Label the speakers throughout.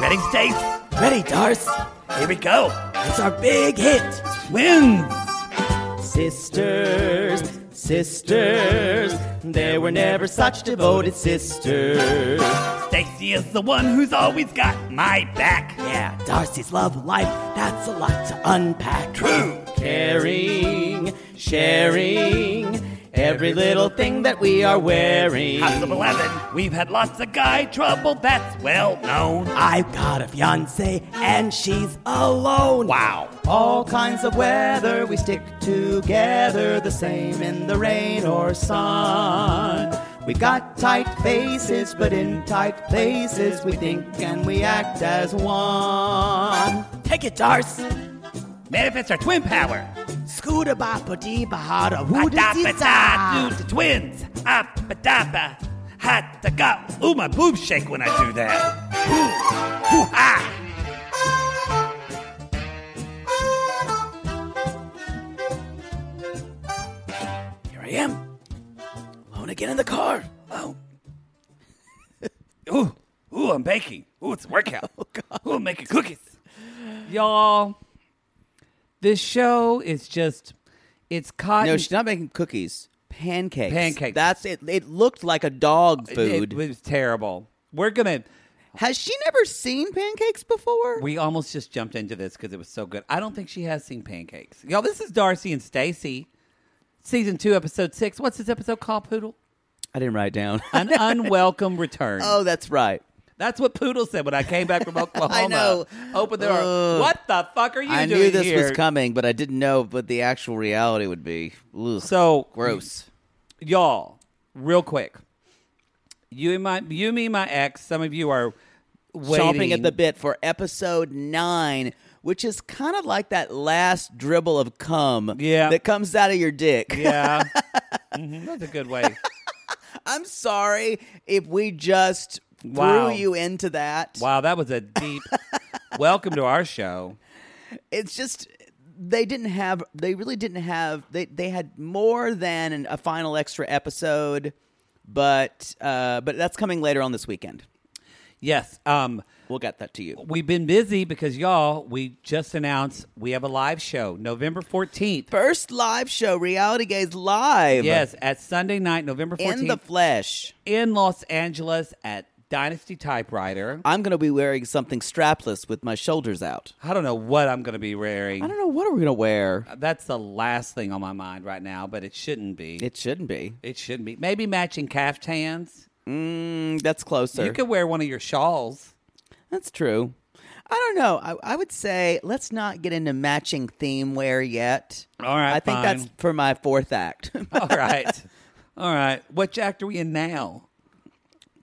Speaker 1: Ready, Stace? Ready, Darce? Here we go. It's our big hit, Twins. Sisters, sisters, there were never such devoted sisters. Stacy is the one who's always got my back. Yeah, Darcy's love life, that's a lot to unpack. True. Caring, sharing, every little thing that we are wearing. House of 11, we've had lots of guy trouble, that's well known. I've got a fiance and she's alone. Wow. All kinds of weather, we stick together, the same in the rain or sun. We got tight faces, but in tight places, we think and we act as one. Take it, Darce. Manifest our twin power. Scooter bopper dee bahada woo da the twins. Up a dappa. Hat da ga. Ooh, my boobs shake when I do that. Ooh, ah. hoo ha. Here I am. Alone again in the car. Oh. ooh, ooh, I'm baking. Ooh, it's a workout. Oh, God. Ooh, I'm making cookies.
Speaker 2: Y'all, this show is just, it's cotton.
Speaker 3: No, she's not making cookies. Pancakes.
Speaker 2: Pancakes.
Speaker 3: That's it. It looked like a dog
Speaker 2: It-
Speaker 3: food.
Speaker 2: It, was terrible. We're going to,
Speaker 3: Has she never seen pancakes before?
Speaker 2: we almost just jumped into this because it was so good. I don't think she has seen pancakes. Y'all, this is Darcy and Stacy, season two, episode six. What's this episode called, Poodle?
Speaker 3: I didn't write down.
Speaker 2: An unwelcome return.
Speaker 3: oh, that's right.
Speaker 2: That's what Poodle said when I came back from Oklahoma.
Speaker 3: know.
Speaker 2: Open the door.
Speaker 3: Ugh.
Speaker 2: What the fuck are you
Speaker 3: I
Speaker 2: doing
Speaker 3: knew this
Speaker 2: here?
Speaker 3: was coming, but I didn't know what the actual reality would be. Ugh,
Speaker 2: So
Speaker 3: gross.
Speaker 2: y'all, real quick. You and my, you, me, my ex. Some of you are waiting
Speaker 3: Chomping at the bit for episode nine, which is kind of like that last dribble of cum
Speaker 2: Yeah.
Speaker 3: that comes out of your dick.
Speaker 2: Yeah, Mhm, that's a good way.
Speaker 3: I'm sorry if we just
Speaker 2: Wow.
Speaker 3: threw you into that.
Speaker 2: Wow, that was a deep welcome to our show.
Speaker 3: It's just they didn't have they really didn't have they they had more than an, a final extra episode, but uh but that's coming later on this weekend.
Speaker 2: Yes, um,
Speaker 3: We'll get that to you.
Speaker 2: we've been busy because y'all. We just announced we have a live show November fourteenth.
Speaker 3: First live show, Reality Gaze live.
Speaker 2: Yes, at Sunday night, November fourteenth.
Speaker 3: in the flesh.
Speaker 2: in Los Angeles at Dynasty Typewriter.
Speaker 3: I'm going to be wearing something strapless with my shoulders out.
Speaker 2: I don't know what I'm going to be
Speaker 3: I
Speaker 2: wearing.
Speaker 3: don't know what are we going to wear.
Speaker 2: That's the last thing on my mind right now, but it shouldn't be. It,
Speaker 3: It shouldn't be.
Speaker 2: shouldn't be. Maybe matching caftans.
Speaker 3: Mm, that's closer.
Speaker 2: You could wear one of your shawls.
Speaker 3: That's true. I don't know. I, I would say let's not get into matching theme wear yet.
Speaker 2: All right,
Speaker 3: I think that's
Speaker 2: fine.
Speaker 3: for my fourth act.
Speaker 2: All right. All right. What jack are we in now?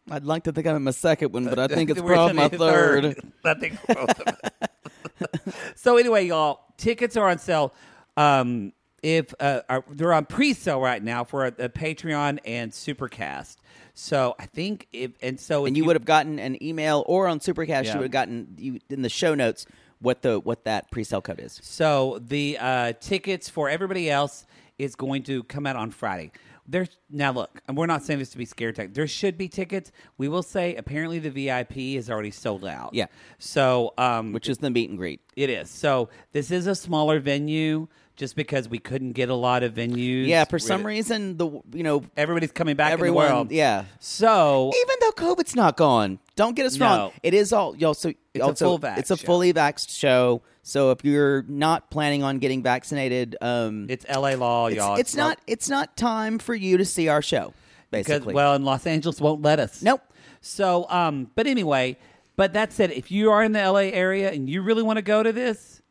Speaker 3: I'd like to think I'm in my second one, but I think it's
Speaker 2: We're
Speaker 3: probably my
Speaker 2: in
Speaker 3: third.
Speaker 2: I think we're both of us. so anyway, y'all, tickets are on sale. Um, if uh, are, they're on pre-sale right now for uh, Patreon and Supercast. So I think if and so
Speaker 3: And
Speaker 2: if
Speaker 3: you would have gotten an email or on Supercash,
Speaker 2: Yeah.
Speaker 3: you would have gotten you in the show notes what the what that pre-sale code is.
Speaker 2: So the uh, tickets for everybody else is going to come out on Friday. There's now look, and we're not saying this to be scare tech. There should be tickets. We will say apparently the VIP is already sold out.
Speaker 3: Yeah.
Speaker 2: So um,
Speaker 3: Which is the meet and greet.
Speaker 2: it is. So this is a smaller venue. just because we couldn't get a lot of venues.
Speaker 3: Yeah, for
Speaker 2: We're-
Speaker 3: some reason the you know
Speaker 2: everybody's coming back
Speaker 3: everyone
Speaker 2: in the world.
Speaker 3: yeah.
Speaker 2: So
Speaker 3: Even though COVID's not gone, don't get us
Speaker 2: No.
Speaker 3: wrong. It is all y'all. So
Speaker 2: It's a
Speaker 3: also,
Speaker 2: full vax
Speaker 3: It's a
Speaker 2: show.
Speaker 3: fully vaxxed show. So if you're not planning on getting vaccinated, um,
Speaker 2: it's LA law,
Speaker 3: it's,
Speaker 2: y'all.
Speaker 3: it's not it's not time for you to see our show.
Speaker 2: because
Speaker 3: Basically,
Speaker 2: well, and Los Angeles won't let us.
Speaker 3: Nope.
Speaker 2: So, um, but anyway, but that said, if you are in the LA area and you really want to go to this,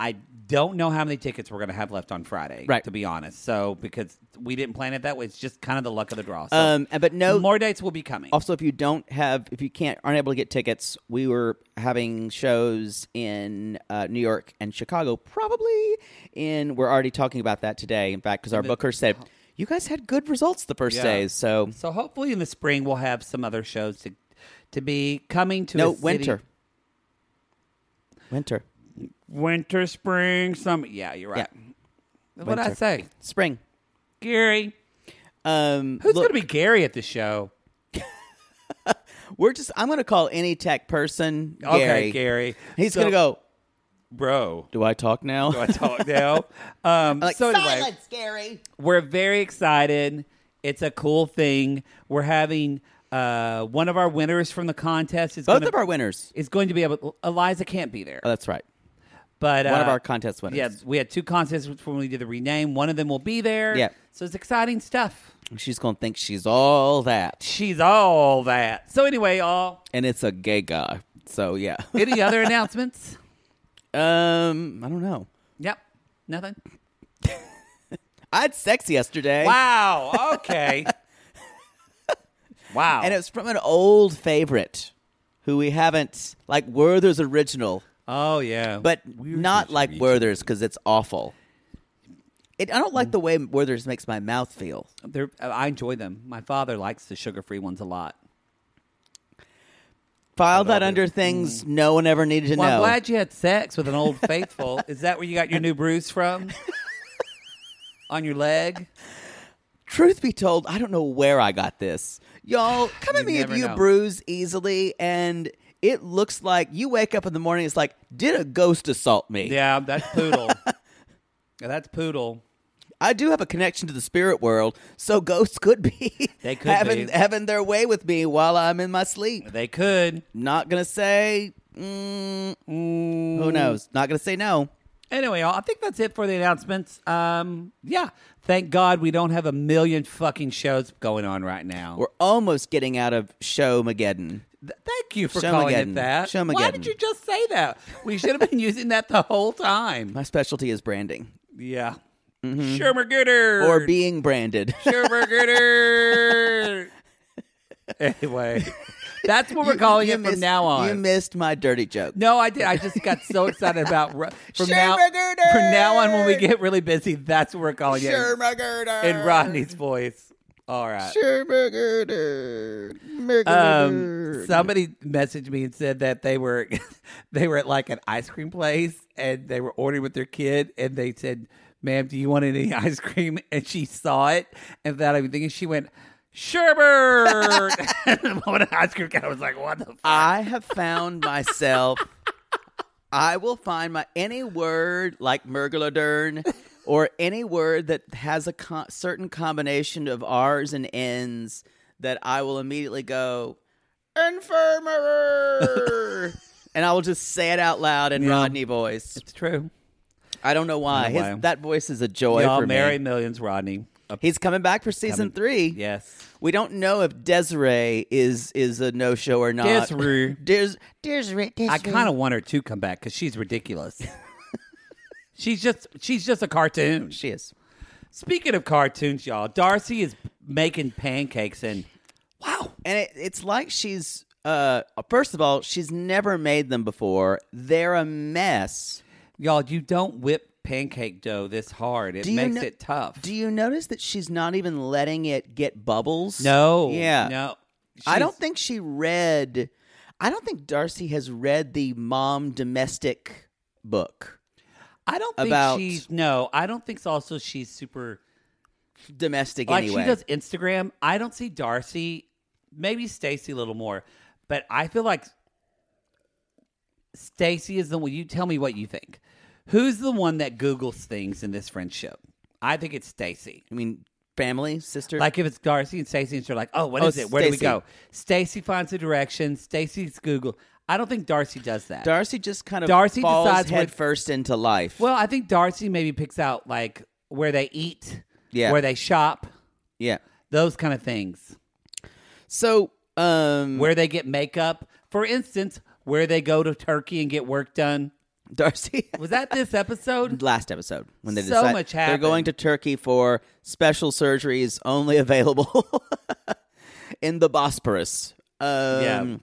Speaker 2: I don't know how many tickets we're going to have left on Friday.
Speaker 3: Right.
Speaker 2: To be honest, so because we didn't plan it that way, it's just kind of the luck of the draw. So
Speaker 3: um, but no.
Speaker 2: more dates will be coming.
Speaker 3: also, if you don't have, if you can't, aren't able to get tickets, we were having shows in uh, New York and Chicago. Probably in. We're already talking about that today. In fact, because our booker said you guys had good results the first
Speaker 2: Yeah.
Speaker 3: days. So
Speaker 2: So hopefully in the spring we'll have some other shows to to be coming to.
Speaker 3: no
Speaker 2: a city-
Speaker 3: winter. Winter.
Speaker 2: winter, spring, summer. Yeah, you're right. What would I
Speaker 3: Winter.
Speaker 2: say,
Speaker 3: Spring.
Speaker 2: Gary?
Speaker 3: Um,
Speaker 2: Who's
Speaker 3: look,
Speaker 2: going to be Gary at the show?
Speaker 3: We're just. I'm gonna call any tech person. Gary.
Speaker 2: Okay, Gary.
Speaker 3: He's
Speaker 2: So-
Speaker 3: gonna go.
Speaker 2: bro.
Speaker 3: Do I talk now?
Speaker 2: I talk now. Um,
Speaker 3: like,
Speaker 2: so anyway,
Speaker 3: silence, Gary.
Speaker 2: we're very excited. It's a cool thing. We're having uh, one of our winners from the contest is
Speaker 3: Both
Speaker 2: gonna,
Speaker 3: of our winners.
Speaker 2: is going to be able. Eliza can't be there,
Speaker 3: Oh, that's right.
Speaker 2: but
Speaker 3: one
Speaker 2: uh,
Speaker 3: of our contest winners.
Speaker 2: Yeah, we had two contests when we did the rename. One of them will be there.
Speaker 3: Yeah.
Speaker 2: so it's exciting stuff.
Speaker 3: She's gonna think she's all that,
Speaker 2: She's all that. So anyway, all
Speaker 3: and it's a gay guy. So yeah.
Speaker 2: any other announcements?
Speaker 3: um, I don't know.
Speaker 2: Yep, nothing.
Speaker 3: I had sex yesterday.
Speaker 2: Wow. Okay. wow.
Speaker 3: And it's from an old favorite, who we haven't like Werther's original.
Speaker 2: oh yeah,
Speaker 3: but not like Werther's because it's awful. It, I don't like the way Werther's makes my mouth feel.
Speaker 2: They're, I enjoy them. My father likes the sugar-free ones a lot.
Speaker 3: File that under things no one ever needed to
Speaker 2: Mm. Well, I'm
Speaker 3: know.
Speaker 2: glad you had sex with an old faithful. Is that where you got your new bruise from? On your leg?
Speaker 3: Truth be told, I don't know where I got this. Y'all, come at
Speaker 2: You
Speaker 3: me if
Speaker 2: never
Speaker 3: you
Speaker 2: know.
Speaker 3: bruise easily, and it looks like you wake up in the morning. It's like, did a ghost assault me?
Speaker 2: Yeah, that's poodle. Yeah, that's poodle.
Speaker 3: I do have a connection to the spirit world, so ghosts could be
Speaker 2: They could
Speaker 3: having
Speaker 2: be.
Speaker 3: having their way with me while I'm in my sleep.
Speaker 2: They could.
Speaker 3: Not gonna say. Mm, Who knows? Not gonna say no.
Speaker 2: Anyway, y'all, I think that's it for the announcements. Um, yeah, thank God we don't have a million fucking shows going on right now.
Speaker 3: We're almost getting out of show Mageddon.
Speaker 2: Th- Thank you for calling it
Speaker 3: Shamageddon.
Speaker 2: that. Why did
Speaker 3: Shamageddon.
Speaker 2: you just say that? We should have been using that the whole time.
Speaker 3: My specialty is branding
Speaker 2: Yeah. Shermergooder.
Speaker 3: Mm-hmm. or being branded.
Speaker 2: Shermergooder. anyway, that's what we're calling
Speaker 3: You
Speaker 2: it from
Speaker 3: missed-
Speaker 2: now
Speaker 3: You
Speaker 2: on.
Speaker 3: missed my dirty joke.
Speaker 2: no, I did. I just got so excited about ru- from now
Speaker 3: Shermergooder.
Speaker 2: from now on when we get really busy. That's what we're calling it
Speaker 3: Shermagurder.
Speaker 2: in Rodney's voice. All right.
Speaker 3: Shermagurder.
Speaker 2: Um,
Speaker 3: Mergurder.
Speaker 2: somebody messaged me and said that they were they were at like an ice cream place and they were ordering with their kid and they said, "Ma'am, do you want any ice cream?" And she saw it and without even thinking, she went, "Sherbert." and the moment ice cream guy was like, "What the fuck?"
Speaker 3: I have found myself. I will find my any word like mergulodern or any word that has a co certain combination of R's and N's that I will immediately go infirmary, and I will just say it out loud in Rodney voice.
Speaker 2: It's true.
Speaker 3: I don't know why,
Speaker 2: I don't know
Speaker 3: His-
Speaker 2: why.
Speaker 3: that voice is a joy
Speaker 2: Y'all
Speaker 3: for
Speaker 2: marry
Speaker 3: me.
Speaker 2: millions, Rodney. Uh,
Speaker 3: He's coming back for season three.
Speaker 2: yes.
Speaker 3: We don't know if Desiree is is a no show or not.
Speaker 2: Desiree.
Speaker 3: Des- Desiree, Desiree.
Speaker 2: I kind of want her to come back because she's ridiculous. she's just she's just a cartoon.
Speaker 3: she is.
Speaker 2: Speaking of cartoons, y'all, Darcy is making pancakes and wow,
Speaker 3: and it, it's like she's uh first of all she's never made them before they're a mess
Speaker 2: y'all, you don't whip pancake dough this hard. It
Speaker 3: Do you
Speaker 2: makes
Speaker 3: kno-
Speaker 2: it tough.
Speaker 3: do you notice that she's not even letting it get bubbles
Speaker 2: no,
Speaker 3: yeah
Speaker 2: no.
Speaker 3: i don't
Speaker 2: She's-
Speaker 3: think she read i don't think darcy has read the mom domestic book
Speaker 2: I don't think
Speaker 3: about-
Speaker 2: she's no. I don't think so. also she's super
Speaker 3: domestic
Speaker 2: like
Speaker 3: anyway
Speaker 2: she does Instagram. I don't see Darcy, maybe Stacy a little more, but I feel like Stacy is the one. You tell me what you think. Who's the one that Googles things in this friendship? I think it's Stacy.
Speaker 3: I mean, family, sister.
Speaker 2: Like if it's Darcy and Stacy, and she's like, "Oh, what
Speaker 3: Oh,
Speaker 2: is it? Where do we
Speaker 3: Stacy.
Speaker 2: go?" Stacy finds the direction. Stacy's Google. I don't think Darcy does that.
Speaker 3: Darcy just kind of
Speaker 2: Darcy
Speaker 3: falls
Speaker 2: decides
Speaker 3: head
Speaker 2: what-
Speaker 3: first into life.
Speaker 2: well, I think Darcy maybe picks out like where they eat,
Speaker 3: Yeah.
Speaker 2: where they shop,
Speaker 3: yeah.
Speaker 2: those kind of things.
Speaker 3: So, um,
Speaker 2: Where they get makeup, for instance, where they go to Turkey and get work done.
Speaker 3: Darcy.
Speaker 2: Was that this episode?
Speaker 3: last episode when they
Speaker 2: So
Speaker 3: decide
Speaker 2: much
Speaker 3: they're going
Speaker 2: happened.
Speaker 3: to Turkey for special surgeries only available in the Bosporus. Um,
Speaker 2: yeah.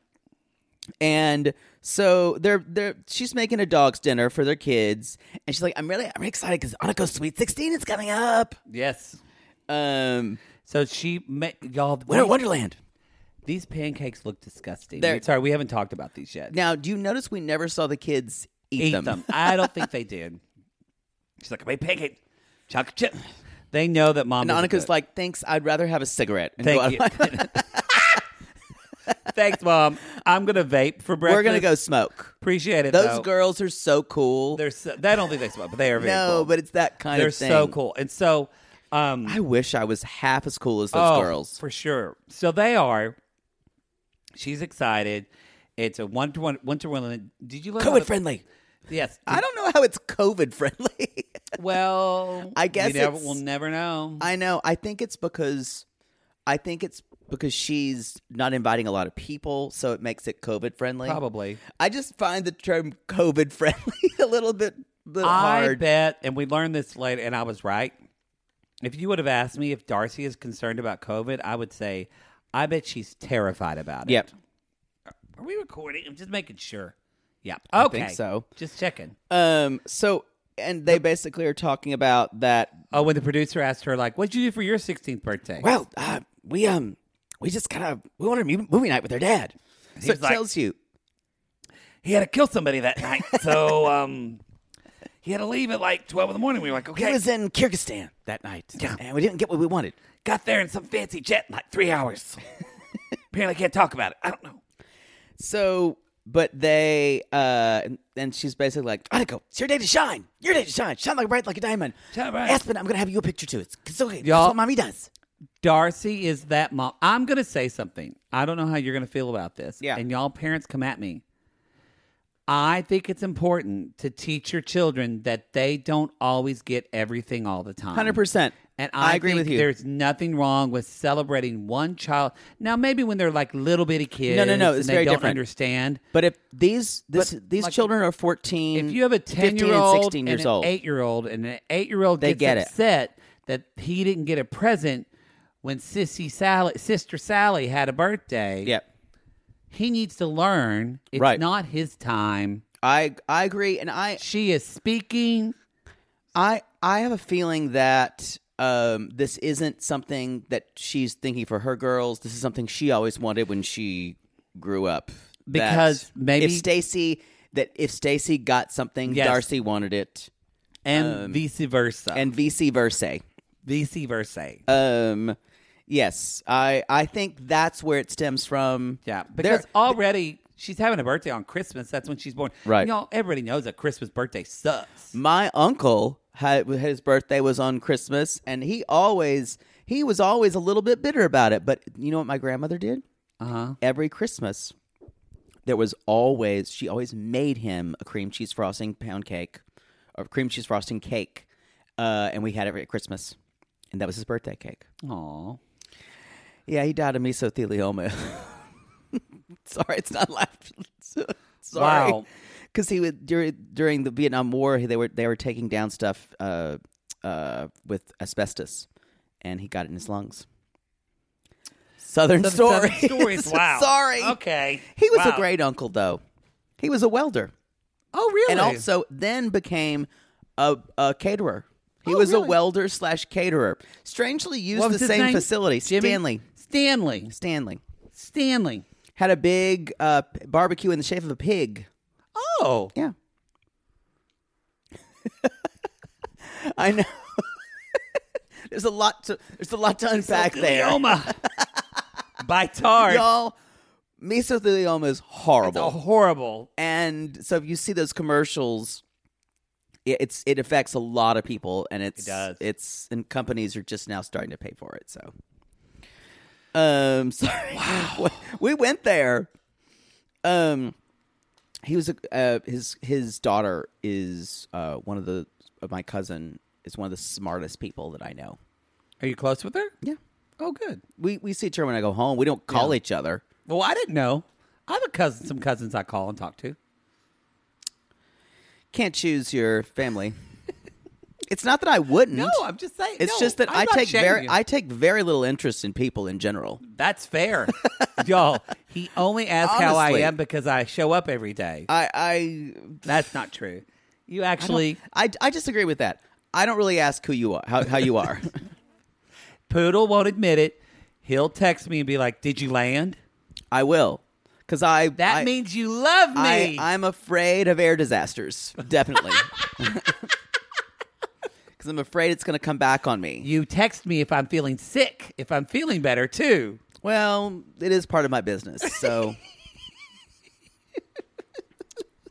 Speaker 3: And so they're they're she's making a dog's dinner for their kids, and she's like, "I'm really I'm really excited because Aniko's Sweet 16 is coming up.
Speaker 2: Yes.
Speaker 3: Um,
Speaker 2: So she met y'all.
Speaker 3: Winter
Speaker 2: wait,
Speaker 3: Wonderland."
Speaker 2: These pancakes look disgusting.
Speaker 3: They're-
Speaker 2: Sorry, we haven't talked about these yet.
Speaker 3: Now, do you notice we never saw the kids eat,
Speaker 2: Eat them. I don't think they did. She's like, I made pancakes, chocolate chip. They know that mom.
Speaker 3: And
Speaker 2: doesn't
Speaker 3: Anika's
Speaker 2: cook.
Speaker 3: like, "Thanks, I'd rather have a cigarette." And go out-
Speaker 2: thank you. Thanks, mom. I'm gonna vape for breakfast.
Speaker 3: We're gonna go smoke.
Speaker 2: Appreciate it.
Speaker 3: Those
Speaker 2: though.
Speaker 3: girls are so cool.
Speaker 2: They're so, they don't think they smoke, but they are very
Speaker 3: no,
Speaker 2: cool.
Speaker 3: but it's that kind
Speaker 2: they're
Speaker 3: of thing.
Speaker 2: so cool. And so, um,
Speaker 3: I wish I was half as cool as those
Speaker 2: Oh,
Speaker 3: girls.
Speaker 2: for sure. So they are. She's excited. It's a one to one winter wonderland. Did you learn how to-
Speaker 3: friendly.
Speaker 2: Yes.
Speaker 3: I don't know how it's COVID friendly.
Speaker 2: well,
Speaker 3: I guess
Speaker 2: we never,
Speaker 3: it's-
Speaker 2: we'll never know.
Speaker 3: I know. I think it's because I think it's because she's not inviting a lot of people, so it makes it COVID friendly.
Speaker 2: Probably.
Speaker 3: I just find the term COVID friendly a little bit, little
Speaker 2: I
Speaker 3: hard.
Speaker 2: bet, and we learned this later, and I was right. If you would have asked me if Darcy is concerned about COVID, I would say, I bet she's terrified about it.
Speaker 3: Yep.
Speaker 2: Are we recording? I'm just making sure. Yep. Okay.
Speaker 3: I think so.
Speaker 2: Just checking.
Speaker 3: Um. So, and they basically are talking about that.
Speaker 2: Oh, when the producer asked her, like, what'd you do for your 16th birthday?
Speaker 3: Well, uh, we um, we just kind of we wanted a movie night with her dad. So
Speaker 2: was
Speaker 3: it
Speaker 2: like-
Speaker 3: tells you
Speaker 2: he had to kill somebody that night. So um, he had to leave at like 12 in the morning. We were like,
Speaker 3: he
Speaker 2: okay,
Speaker 3: was in Kyrgyzstan that night,
Speaker 2: Yeah.
Speaker 3: and we didn't get what we wanted.
Speaker 2: got there in some fancy jet in like three hours. Apparently can't talk about it. I don't know.
Speaker 3: So, but they, uh, and, and she's basically like, Aniko, it's your day to shine. Your day to shine. Shine like bright like a diamond.
Speaker 2: Shine bright.
Speaker 3: Aspen, I'm going to have you a picture too. It's, it's okay.
Speaker 2: Y'all-
Speaker 3: That's what mommy does.
Speaker 2: Darcy is that mom. I'm going to say something. I don't know how you're going to feel about this.
Speaker 3: Yeah.
Speaker 2: And y'all parents come at me. I think it's important to teach your children that they don't always get everything all the time.
Speaker 3: 100%.
Speaker 2: Um, And I,
Speaker 3: I agree
Speaker 2: think
Speaker 3: with you.
Speaker 2: There's nothing wrong with celebrating one child. Now, maybe when they're like little bitty kids,
Speaker 3: no, no,
Speaker 2: and
Speaker 3: it's
Speaker 2: they
Speaker 3: very
Speaker 2: don't
Speaker 3: different.
Speaker 2: understand.
Speaker 3: But if these this,
Speaker 2: But,
Speaker 3: these
Speaker 2: like,
Speaker 3: children are 14,
Speaker 2: if you have a 10
Speaker 3: 15
Speaker 2: year old
Speaker 3: and 16 years
Speaker 2: an
Speaker 3: old,
Speaker 2: 8 year old and an 8 year old
Speaker 3: They
Speaker 2: gets
Speaker 3: get it.
Speaker 2: upset that he didn't get a present when sissy Sally sister Sally had a birthday
Speaker 3: yep.
Speaker 2: he needs to learn it's
Speaker 3: Right.
Speaker 2: not his time
Speaker 3: I I agree, and I
Speaker 2: she is speaking
Speaker 3: I I have a feeling that um this isn't something that she's thinking for her girls. This is something she always wanted when she grew up. That
Speaker 2: Because maybe-
Speaker 3: if Stacy that if Stacy got something,
Speaker 2: Yes.
Speaker 3: Darcy wanted it,
Speaker 2: and vice versa
Speaker 3: Um, and vice versa.
Speaker 2: vice versa
Speaker 3: Um, yes, I I think that's where it stems from.
Speaker 2: yeah
Speaker 3: There-
Speaker 2: because already she's having a birthday on Christmas that's when she's born
Speaker 3: Right.
Speaker 2: you know everybody knows that Christmas birthday sucks
Speaker 3: my uncle had his birthday was on Christmas, and he always he was always a little bit bitter about it. But you know what my grandmother did?
Speaker 2: uh-huh
Speaker 3: every Christmas, there was always she always made him a cream cheese frosting pound cake or cream cheese frosting cake, uh, and we had it every Christmas, and that was his birthday cake.
Speaker 2: Aw.
Speaker 3: Yeah, he died of mesothelioma. Sorry, it's not laughing. Sorry.
Speaker 2: Wow.
Speaker 3: Because he would during during the Vietnam War, they were they were taking down stuff uh, uh, with asbestos, and he got it in his lungs. Southern,
Speaker 2: Southern-
Speaker 3: story.
Speaker 2: Southern stories. Wow.
Speaker 3: Sorry.
Speaker 2: Okay.
Speaker 3: He was
Speaker 2: Wow.
Speaker 3: a great uncle, though. He was a welder,
Speaker 2: oh really
Speaker 3: and also then became a, a caterer. He was a welder slash caterer. Strangely, used
Speaker 2: Oh, What
Speaker 3: the
Speaker 2: was his
Speaker 3: same
Speaker 2: name?
Speaker 3: facility.
Speaker 2: Jimmy?
Speaker 3: Stanley.
Speaker 2: Stanley.
Speaker 3: Stanley
Speaker 2: Stanley.
Speaker 3: had a big uh, p- barbecue in the shape of a pig.
Speaker 2: Oh.
Speaker 3: Yeah. I know. there's a lot to there's a lot to unpack there.
Speaker 2: Leoma. By tar.
Speaker 3: Oh, Y'all, mesothelioma is
Speaker 2: It's a
Speaker 3: horrible.
Speaker 2: horrible.
Speaker 3: and so if you see those commercials it- it's it affects a lot of people, and it's
Speaker 2: does.
Speaker 3: it's and companies are just now starting to pay for it. So, um, sorry, wow, we went there. Um, he was a uh, his his daughter is uh one of the uh, my cousin is one of the smartest people that I know.
Speaker 2: Are you close with her?
Speaker 3: Yeah,
Speaker 2: Oh, good.
Speaker 3: we we see each other when I go home. We don't call each other.
Speaker 2: Well, I didn't know. I have a cousin, some cousins I call and talk to.
Speaker 3: Can't choose your family. it's not that I wouldn't.
Speaker 2: No, I'm just saying.
Speaker 3: Mm-hmm. It's
Speaker 2: no,
Speaker 3: just that
Speaker 2: I'm
Speaker 3: I
Speaker 2: not
Speaker 3: take
Speaker 2: shaming
Speaker 3: very
Speaker 2: you.
Speaker 3: I take very little interest in people in general.
Speaker 2: That's fair, y'all. He only asks how I
Speaker 3: Honestly.
Speaker 2: am because I show up every day.
Speaker 3: I I
Speaker 2: That's not true. You
Speaker 3: I don't-
Speaker 2: actually,
Speaker 3: I, I disagree with that. I don't really ask who you are, how, how you are.
Speaker 2: Poodle won't admit it. He'll text me and be like, "Did you land?"
Speaker 3: I will, because I
Speaker 2: That
Speaker 3: I,
Speaker 2: means you love
Speaker 3: I,
Speaker 2: me.
Speaker 3: I'm afraid of air disasters, definitely. Because I'm afraid it's going to come back on me.
Speaker 2: you text me if I'm feeling sick, if I'm feeling better too.
Speaker 3: Well, it is part of my business, so.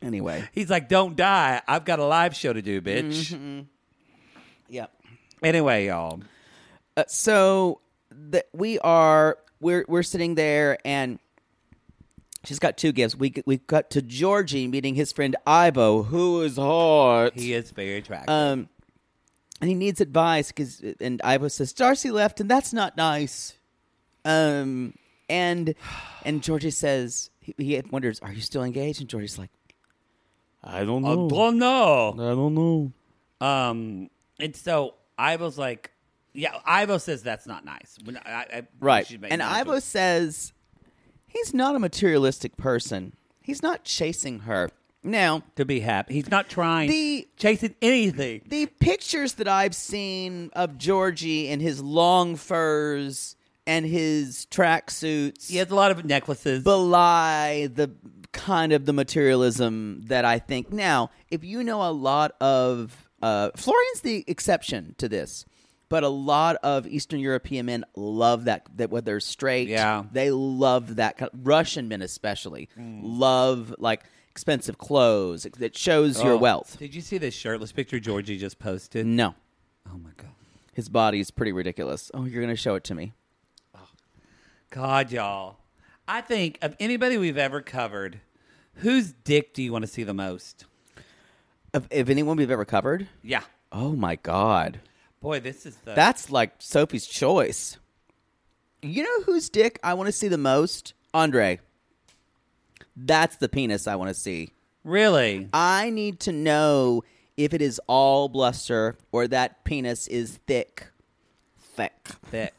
Speaker 3: anyway,
Speaker 2: He's like, "Don't die. I've got a live show to do, bitch."
Speaker 3: Mm-hmm. yeah.
Speaker 2: Anyway, y'all.
Speaker 3: Uh, so the, we are we're we're sitting there and she's got two gifts. We we got to Georgie meeting his friend Ivo, who is hot.
Speaker 2: He is very attractive.
Speaker 3: um, and he needs advice because and Ivo says Darcy left, and that's not nice. Um, and and Georgie says he, he wonders, are you still engaged? And Georgie's like, I don't
Speaker 2: I
Speaker 3: know,
Speaker 2: don't know.
Speaker 3: I don't know.
Speaker 2: Oh, Um, and so Ivo's like, yeah, Ivo says that's not nice. When I, I, I-
Speaker 3: Right.
Speaker 2: she's making
Speaker 3: And
Speaker 2: that
Speaker 3: Ivo
Speaker 2: joke.
Speaker 3: says he's not a materialistic person. He's not chasing her. Now,
Speaker 2: to be happy. He's not trying
Speaker 3: The-
Speaker 2: chasing anything.
Speaker 3: the pictures that I've seen of Georgie in his long furs and his tracksuits
Speaker 2: he has a lot of necklaces.
Speaker 3: belie the kind of the materialism that I think. Now, if you know a lot of uh, Florian's the exception to this, but a lot of Eastern European men love that that whether they're straight,
Speaker 2: Yeah. Mm.
Speaker 3: they love that kind Russian men especially love like expensive clothes that shows your
Speaker 2: Oh.
Speaker 3: wealth.
Speaker 2: Did you see this shirtless picture Georgie just posted?
Speaker 3: No,
Speaker 2: Oh my god.
Speaker 3: his body is pretty ridiculous. Oh, you're gonna show it to me.
Speaker 2: God, y'all. I think of anybody we've ever covered, whose dick do you want to see the most?
Speaker 3: Of, of anyone we've ever covered?
Speaker 2: Yeah.
Speaker 3: Oh my god.
Speaker 2: Boy, this is the
Speaker 3: That's like Sophie's choice. You know whose dick I want to see the most? Andre. That's the penis I want to see.
Speaker 2: really
Speaker 3: I need to know if it is all bluster or that penis is thick. Thick.
Speaker 2: thick.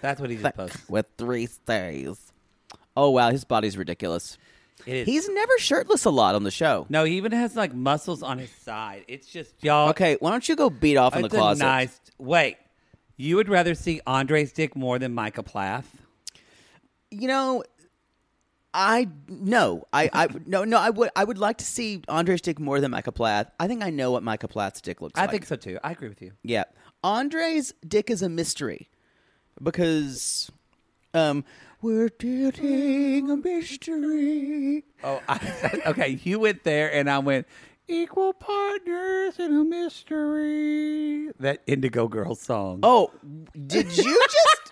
Speaker 2: That's what he just posted.
Speaker 3: With three stays. Oh, wow. His body's ridiculous.
Speaker 2: It is.
Speaker 3: He's never shirtless a lot on the show.
Speaker 2: no, he even has like muscles on his side. It's just y'all.
Speaker 3: Okay, why don't you go beat off in the
Speaker 2: it's
Speaker 3: closet?
Speaker 2: A nice. Wait, you would rather see Andre's dick more than Micah Plath?
Speaker 3: you know i no i i no no i would i would like to see andre's dick more than micah plath i think i know what micah plath's dick looks
Speaker 2: I
Speaker 3: like
Speaker 2: think so too. I agree with you.
Speaker 3: yeah andre's dick is a mystery because um we're dating a mystery
Speaker 2: Oh, I, okay. You went there, and I went equal partners in a mystery. That Indigo Girls song.
Speaker 3: oh did you just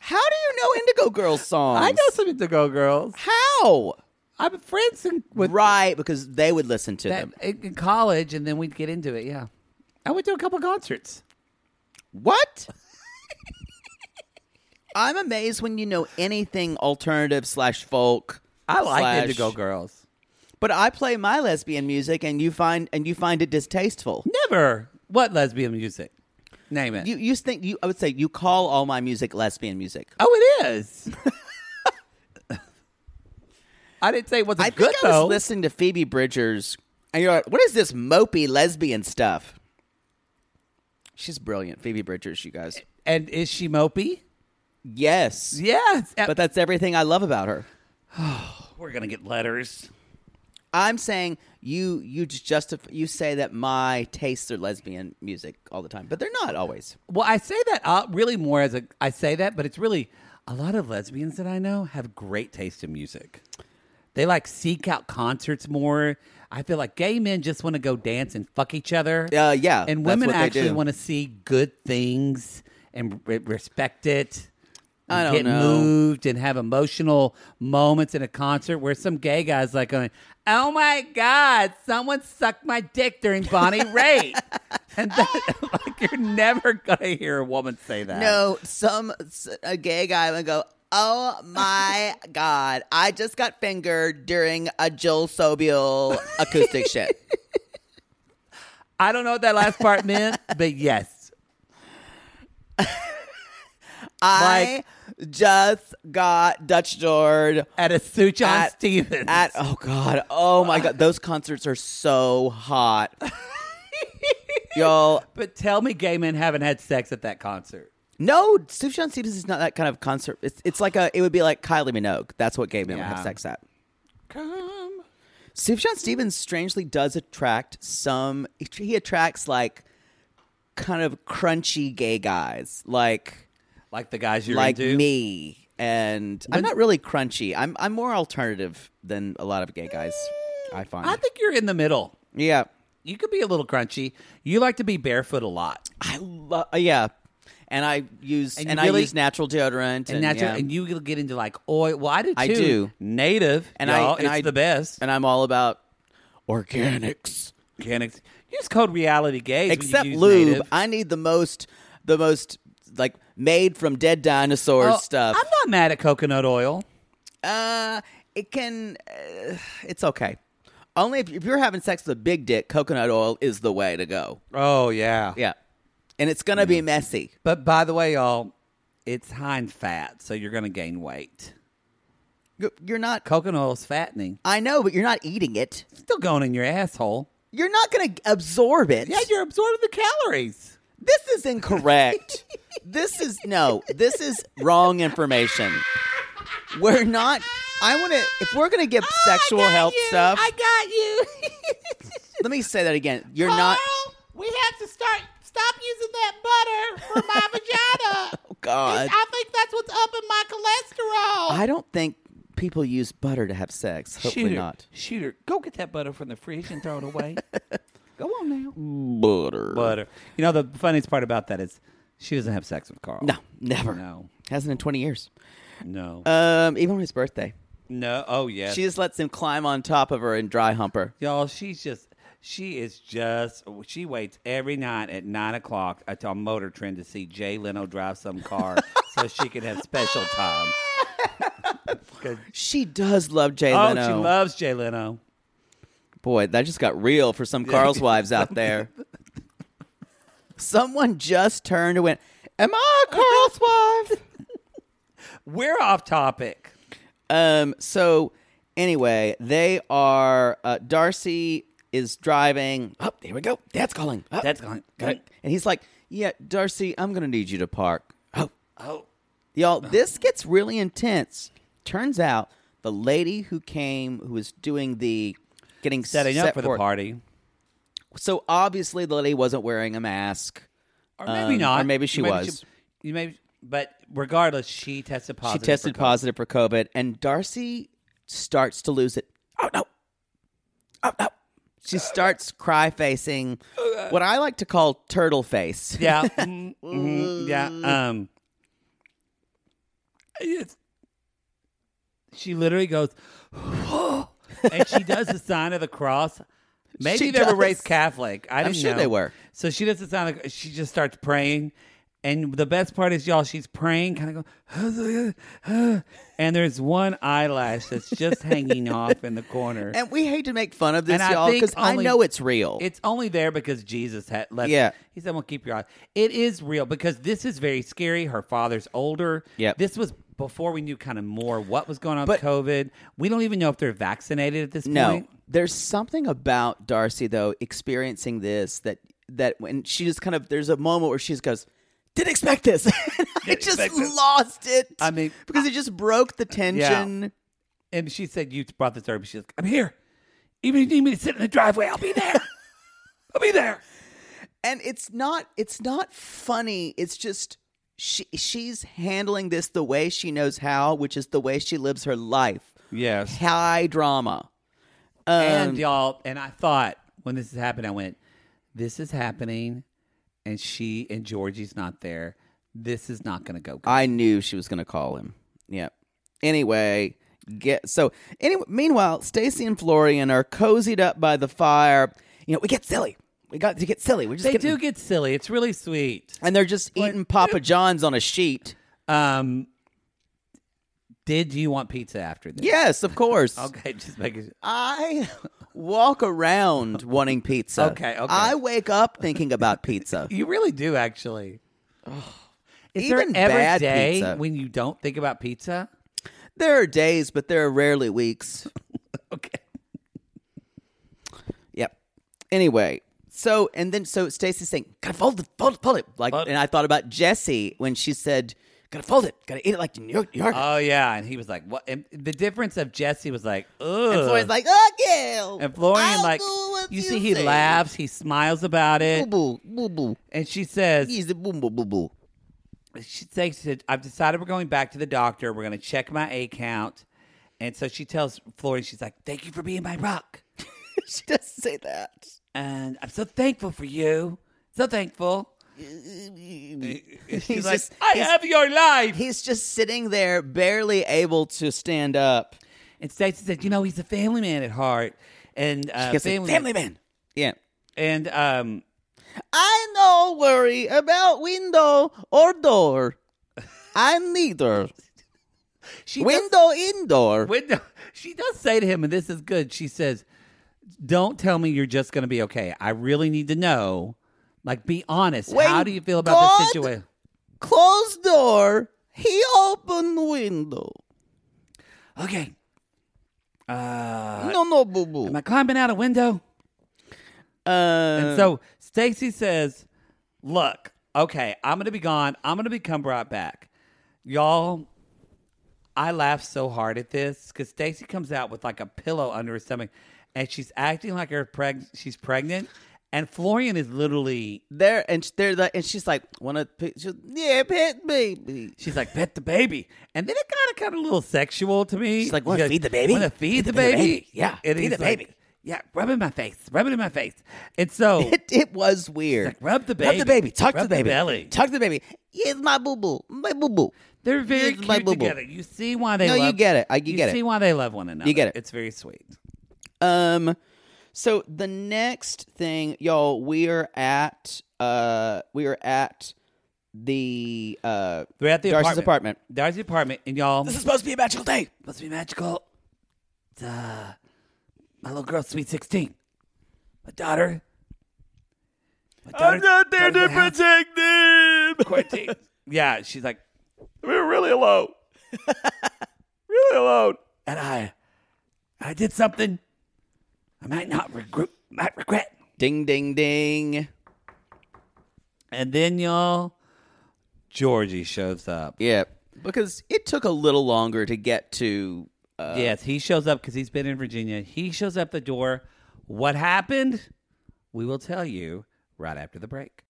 Speaker 3: how do you know indigo girls songs
Speaker 2: I know some Indigo Girls.
Speaker 3: how
Speaker 2: I'm friends in, with
Speaker 3: right because they would listen to
Speaker 2: that
Speaker 3: them
Speaker 2: in, in college, and then we'd get into it. Yeah, I went to a couple concerts.
Speaker 3: What? I'm amazed when you know anything alternative slash folk.
Speaker 2: I like
Speaker 3: slash-
Speaker 2: Indigo Girls.
Speaker 3: but I play my lesbian music, and you find and you find it distasteful.
Speaker 2: Never. What lesbian music? Name it.
Speaker 3: You you think you? I would say you call all my music lesbian music.
Speaker 2: Oh, it is. I didn't say it wasn't
Speaker 3: I
Speaker 2: good
Speaker 3: think I was
Speaker 2: though.
Speaker 3: listening to Phoebe Bridgers, and you're like, "What is this mopey lesbian stuff?" She's brilliant, Phoebe Bridgers. You
Speaker 2: Eh,
Speaker 3: guys,
Speaker 2: and is she mopey?
Speaker 3: yes,
Speaker 2: Yes.
Speaker 3: but that's everything I love about her.
Speaker 2: we're gonna get letters.
Speaker 3: I'm saying you you just justify you say that my tastes are lesbian music all the time, but they're not always.
Speaker 2: Well, I say that uh, really more as a I say that, but it's really a lot of lesbians that I know have great taste in music. They like seek out concerts more. I feel like gay men just want to go dance and fuck each other.
Speaker 3: Uh, yeah,
Speaker 2: And
Speaker 3: that's
Speaker 2: women
Speaker 3: what they
Speaker 2: actually
Speaker 3: do.
Speaker 2: want to see good things and re- respect it.
Speaker 3: I
Speaker 2: and
Speaker 3: don't
Speaker 2: get
Speaker 3: know.
Speaker 2: moved and have emotional moments in a concert where some gay guys like going, "Oh my god, someone sucked my dick during Bonnie Raitt," and that, like you're never gonna hear a woman say that.
Speaker 3: No, some s- a gay guy would go, "Oh my god, I just got fingered during a Joel Sobiel acoustic shit."
Speaker 2: I don't know what that last part meant, but yes,
Speaker 3: I just got Dutch doored
Speaker 2: at a Sue John
Speaker 3: at,
Speaker 2: Stevens.
Speaker 3: at oh god, oh my god, those concerts are so hot, y'all.
Speaker 2: but tell me, gay men haven't had sex at that concert.
Speaker 3: No, Sufjan Stevens is not that kind of concert. It's it's like a it would be like Kylie Minogue. That's what gay men would
Speaker 2: Yeah.
Speaker 3: have sex at. Sufjan Stevens strangely does attract some. He attracts like kind of crunchy gay guys, like
Speaker 2: Like the guys you're
Speaker 3: like
Speaker 2: into.
Speaker 3: me. And I'm not really crunchy. I'm I'm more alternative than a lot of gay guys. I find.
Speaker 2: Mm, I think you're in the middle.
Speaker 3: yeah,
Speaker 2: You could be a little crunchy. You like to be barefoot a lot,
Speaker 3: I love. yeah, and I use
Speaker 2: And
Speaker 3: and,
Speaker 2: you
Speaker 3: I
Speaker 2: really-
Speaker 3: use natural deodorant and,
Speaker 2: and natural,
Speaker 3: yeah.
Speaker 2: and you will get into like oil. Well, I do too.
Speaker 3: I do.
Speaker 2: Native,
Speaker 3: And I-
Speaker 2: y'all,
Speaker 3: and
Speaker 2: it's
Speaker 3: I-
Speaker 2: the best.
Speaker 3: and I'm all about organics.
Speaker 2: Organics. You just code reality gays. when you
Speaker 3: Except
Speaker 2: use
Speaker 3: lube,
Speaker 2: native.
Speaker 3: I need the most, the most like made from dead dinosaurs
Speaker 2: Oh,
Speaker 3: stuff.
Speaker 2: I'm not mad at coconut oil.
Speaker 3: uh, it can, uh, it's okay. Only if, if you're having sex with a big dick, coconut oil is the way to go.
Speaker 2: Oh yeah,
Speaker 3: Yeah, and it's gonna be messy.
Speaker 2: But by the way, y'all, it's high in fat, so you're going to gain weight.
Speaker 3: You're- You're not.
Speaker 2: Coconut oil's fattening.
Speaker 3: I know, but you're not eating it.
Speaker 2: It's still going in your asshole.
Speaker 3: You're not gonna absorb it.
Speaker 2: Yeah, you're absorbing the calories.
Speaker 3: This is incorrect. this is no. This is wrong information. We're not. I want to. If we're gonna give
Speaker 2: Oh,
Speaker 3: sexual health stuff,
Speaker 2: I got you.
Speaker 3: let me say that again. You're not.
Speaker 2: We have to start. Stop using that butter for my vagina.
Speaker 3: Oh God.
Speaker 2: think that's what's up in my cholesterol.
Speaker 3: I don't think people use butter to have sex. Hopefully
Speaker 2: Shooter,
Speaker 3: not.
Speaker 2: Shooter, go get that butter from the fridge and throw it away. go on now.
Speaker 3: Butter.
Speaker 2: Butter. uh, You know the funniest part about that is she doesn't have sex with Carl.
Speaker 3: No, never.
Speaker 2: No.
Speaker 3: Hasn't in 20 years.
Speaker 2: No.
Speaker 3: Um, even on his birthday,
Speaker 2: no. Oh yes.
Speaker 3: she just lets him climb on top of her and dry hump her.
Speaker 2: Y'all, she's just she is just she waits every night at nine o'clock at on Motor Trend to see Jay Leno drive some car so she can have special time. 'Cause-
Speaker 3: She does love Jay
Speaker 2: oh,
Speaker 3: Leno.
Speaker 2: she loves Jay Leno.
Speaker 3: Boy, that just got real for some Carl's wives out there. Someone just turned and went, "Am I a Carl's wife?"
Speaker 2: We're off topic.
Speaker 3: Um. So anyway, they are. Uh, Darcy is driving. Oh, here we go. Dad's calling. Oh,
Speaker 2: That's going.
Speaker 3: got it. And he's like, "Yeah, Darcy, I'm gonna need you to park." Oh,
Speaker 2: Oh,
Speaker 3: y'all, this gets really intense. Turns out the lady who came, who was doing the getting
Speaker 2: setting
Speaker 3: set Um,
Speaker 2: up for the party,
Speaker 3: So obviously, the lady wasn't wearing a mask.
Speaker 2: or maybe
Speaker 3: Um,
Speaker 2: not,
Speaker 3: or maybe she was.
Speaker 2: you maybe, but regardless, she tested positive.
Speaker 3: she
Speaker 2: for
Speaker 3: tested
Speaker 2: COVID.
Speaker 3: positive for COVID, and Darcy starts to lose it. Oh no! Oh no! She starts cry facing what I like to call turtle face.
Speaker 2: Yeah, mhm, mhm, yeah. Um, it's- she literally goes, and she does the sign of the cross. Maybe
Speaker 3: She
Speaker 2: they were
Speaker 3: does.
Speaker 2: raised Catholic. I
Speaker 3: I'm
Speaker 2: didn't
Speaker 3: sure
Speaker 2: know.
Speaker 3: they were.
Speaker 2: So she does the sign. Of, she just starts praying, and the best part is, y'all, she's praying, kind of going, and there's one eyelash that's just hanging off in the corner.
Speaker 3: And we hate to make fun of this,
Speaker 2: And I
Speaker 3: y'all,
Speaker 2: think
Speaker 3: because I
Speaker 2: only-
Speaker 3: know it's real.
Speaker 2: It's only there because Jesus had left.
Speaker 3: Yeah.
Speaker 2: He said, Well, keep your eyes. It is real because this is very scary. Her father's older.
Speaker 3: Yep.
Speaker 2: This was before we knew kind of more what was going on
Speaker 3: But-
Speaker 2: with COVID. We don't even know if they're vaccinated at this
Speaker 3: no,
Speaker 2: point.
Speaker 3: there's something about Darcy though experiencing this that that when she just kind of there's a moment where she just goes. Didn't expect this. And I just lost it.
Speaker 2: I mean,
Speaker 3: because it just broke the tension.
Speaker 2: And she said, You brought this herb. She's like, I'm here. Even if you need me to sit in the driveway, I'll be there. I'll be there.
Speaker 3: and it's not it's not funny it's just she she's handling this the way she knows how which is the way she lives her life
Speaker 2: Yes.
Speaker 3: high drama. Um,
Speaker 2: and y'all, and I thought when this is happening, I went, "This is happening," and she and Georgie's not there. This is not going to go good.
Speaker 3: I knew she was going to call him. Yep. Anyway, get so. Anyway, meanwhile, Stacy and Florian are cozied up by the fire. You know, we get silly. We got to get silly. We're just
Speaker 2: they
Speaker 3: getting,
Speaker 2: do get silly. It's really sweet.
Speaker 3: and they're just eating Papa John's on a sheet.
Speaker 2: Um, did you want pizza after this?
Speaker 3: Yes, of course.
Speaker 2: Okay, just make it.
Speaker 3: I walk around wanting pizza.
Speaker 2: Okay, okay.
Speaker 3: I wake up thinking about pizza.
Speaker 2: You really do, actually. Is
Speaker 3: Even
Speaker 2: there ever
Speaker 3: bad
Speaker 2: a day
Speaker 3: pizza.
Speaker 2: when you don't think about pizza?
Speaker 3: there are days, but there are rarely weeks.
Speaker 2: Okay.
Speaker 3: Yep. Anyway, so and then so Stacy's saying, "Gotta fold it, fold it, fold it." Like,
Speaker 2: Fold it.
Speaker 3: and I thought about Jesse when she said, "Gotta fold it, gotta eat it like the New York." New Yorker."
Speaker 2: Oh yeah, and he was like, "What?" And the difference of Jesse was like, "Ugh."
Speaker 3: and Florian's like, "Oh, yeah."
Speaker 2: And Florian,
Speaker 3: I'll
Speaker 2: like,
Speaker 3: do what
Speaker 2: you see, he
Speaker 3: say.
Speaker 2: laughs, he smiles about
Speaker 3: Boo
Speaker 2: it,
Speaker 3: boo boo boo.
Speaker 2: and she says,
Speaker 3: He's a boo boo boo boo.
Speaker 2: she takes it. I've decided we're going back to the doctor. We're going to check my A count. And so she tells Florian, she's like, thank you for being my rock.
Speaker 3: she doesn't say that.
Speaker 2: And I'm so thankful for you. So thankful.
Speaker 3: He's
Speaker 2: She's like,
Speaker 3: just
Speaker 2: I
Speaker 3: he's-
Speaker 2: have your life.
Speaker 3: He's just sitting there, barely able to stand up.
Speaker 2: And Stacy said, you know, he's a family man at heart. And uh,
Speaker 3: He's like, family man. Yeah.
Speaker 2: And um,
Speaker 3: I no worry about window or door. I'm neither.
Speaker 2: she does,
Speaker 3: window indoor.
Speaker 2: window. She does say to him, and this is good. She says, "Don't tell me you're just going to be okay. I really need to know. Like, be honest.
Speaker 3: When
Speaker 2: How do you feel about the
Speaker 3: God-
Speaker 2: this situation?"
Speaker 3: Closed door. He opened window.
Speaker 2: Okay.
Speaker 3: no, no, boo
Speaker 2: Uh, Am
Speaker 3: boo.
Speaker 2: I climbing out a window?
Speaker 3: Uh,
Speaker 2: And so Stacy says, "Look, okay, I'm gonna be gone. I'm gonna become brought back, y'all." I laugh so hard at this because Stacy comes out with like a pillow under her stomach, and she's acting like her preg- she's pregnant, and Florian is literally
Speaker 3: there and sh- they're like, and she's like, wanna pick? She's, yeah, pet baby.
Speaker 2: she's like pet the baby, and then it kind of got a little sexual to me.
Speaker 3: She's like, "Wanna
Speaker 2: She goes,
Speaker 3: feed the baby?
Speaker 2: Wanna feed, the, baby?
Speaker 3: Yeah,
Speaker 2: and
Speaker 3: feed
Speaker 2: he's
Speaker 3: the
Speaker 2: like,
Speaker 3: baby."
Speaker 2: Yeah, rub it in my face, rub it in my face, and so
Speaker 3: It, it was weird.
Speaker 2: Oh. like, rub the
Speaker 3: Rub the baby.
Speaker 2: baby.
Speaker 3: Talk
Speaker 2: Rub
Speaker 3: to the
Speaker 2: the
Speaker 3: baby.
Speaker 2: belly.
Speaker 3: Talk to the baby. Yes, my boo boo. My boo boo.
Speaker 2: They're very
Speaker 3: It's my
Speaker 2: cute
Speaker 3: boo-boo.
Speaker 2: together. You see why they
Speaker 3: No, you
Speaker 2: love
Speaker 3: get it. I- you get it.
Speaker 2: see why they love one another.
Speaker 3: get it.
Speaker 2: It's very sweet.
Speaker 3: Um, so the next thing, y'all, we are at uh, we are at the uh,
Speaker 2: They're at the
Speaker 3: Darcy's apartment.
Speaker 2: apartment. Darcy's apartment, and y'all
Speaker 3: This is supposed to be a magical day.
Speaker 2: must be magical. It's, uh, my little girl's sweet sixteen. My daughter. My daughter daughter's at house
Speaker 3: protect them.
Speaker 2: quarantine. yeah, she's like,
Speaker 3: We're really alone. really alone.
Speaker 2: and I, I did something. I might not regret. Might regret.
Speaker 3: Ding, ding, ding.
Speaker 2: And then y'all, Georgie shows up.
Speaker 3: Yeah, because it took a little longer to get to. Uh,
Speaker 2: Yes, he shows up because he's been in Virginia. He shows up the door. What happened? We will tell you right after the break.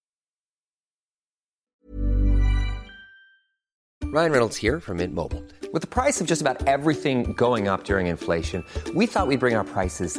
Speaker 4: Ryan Reynolds here from Mint Mobile. With the price of just about everything going up during inflation, we thought we'd bring our prices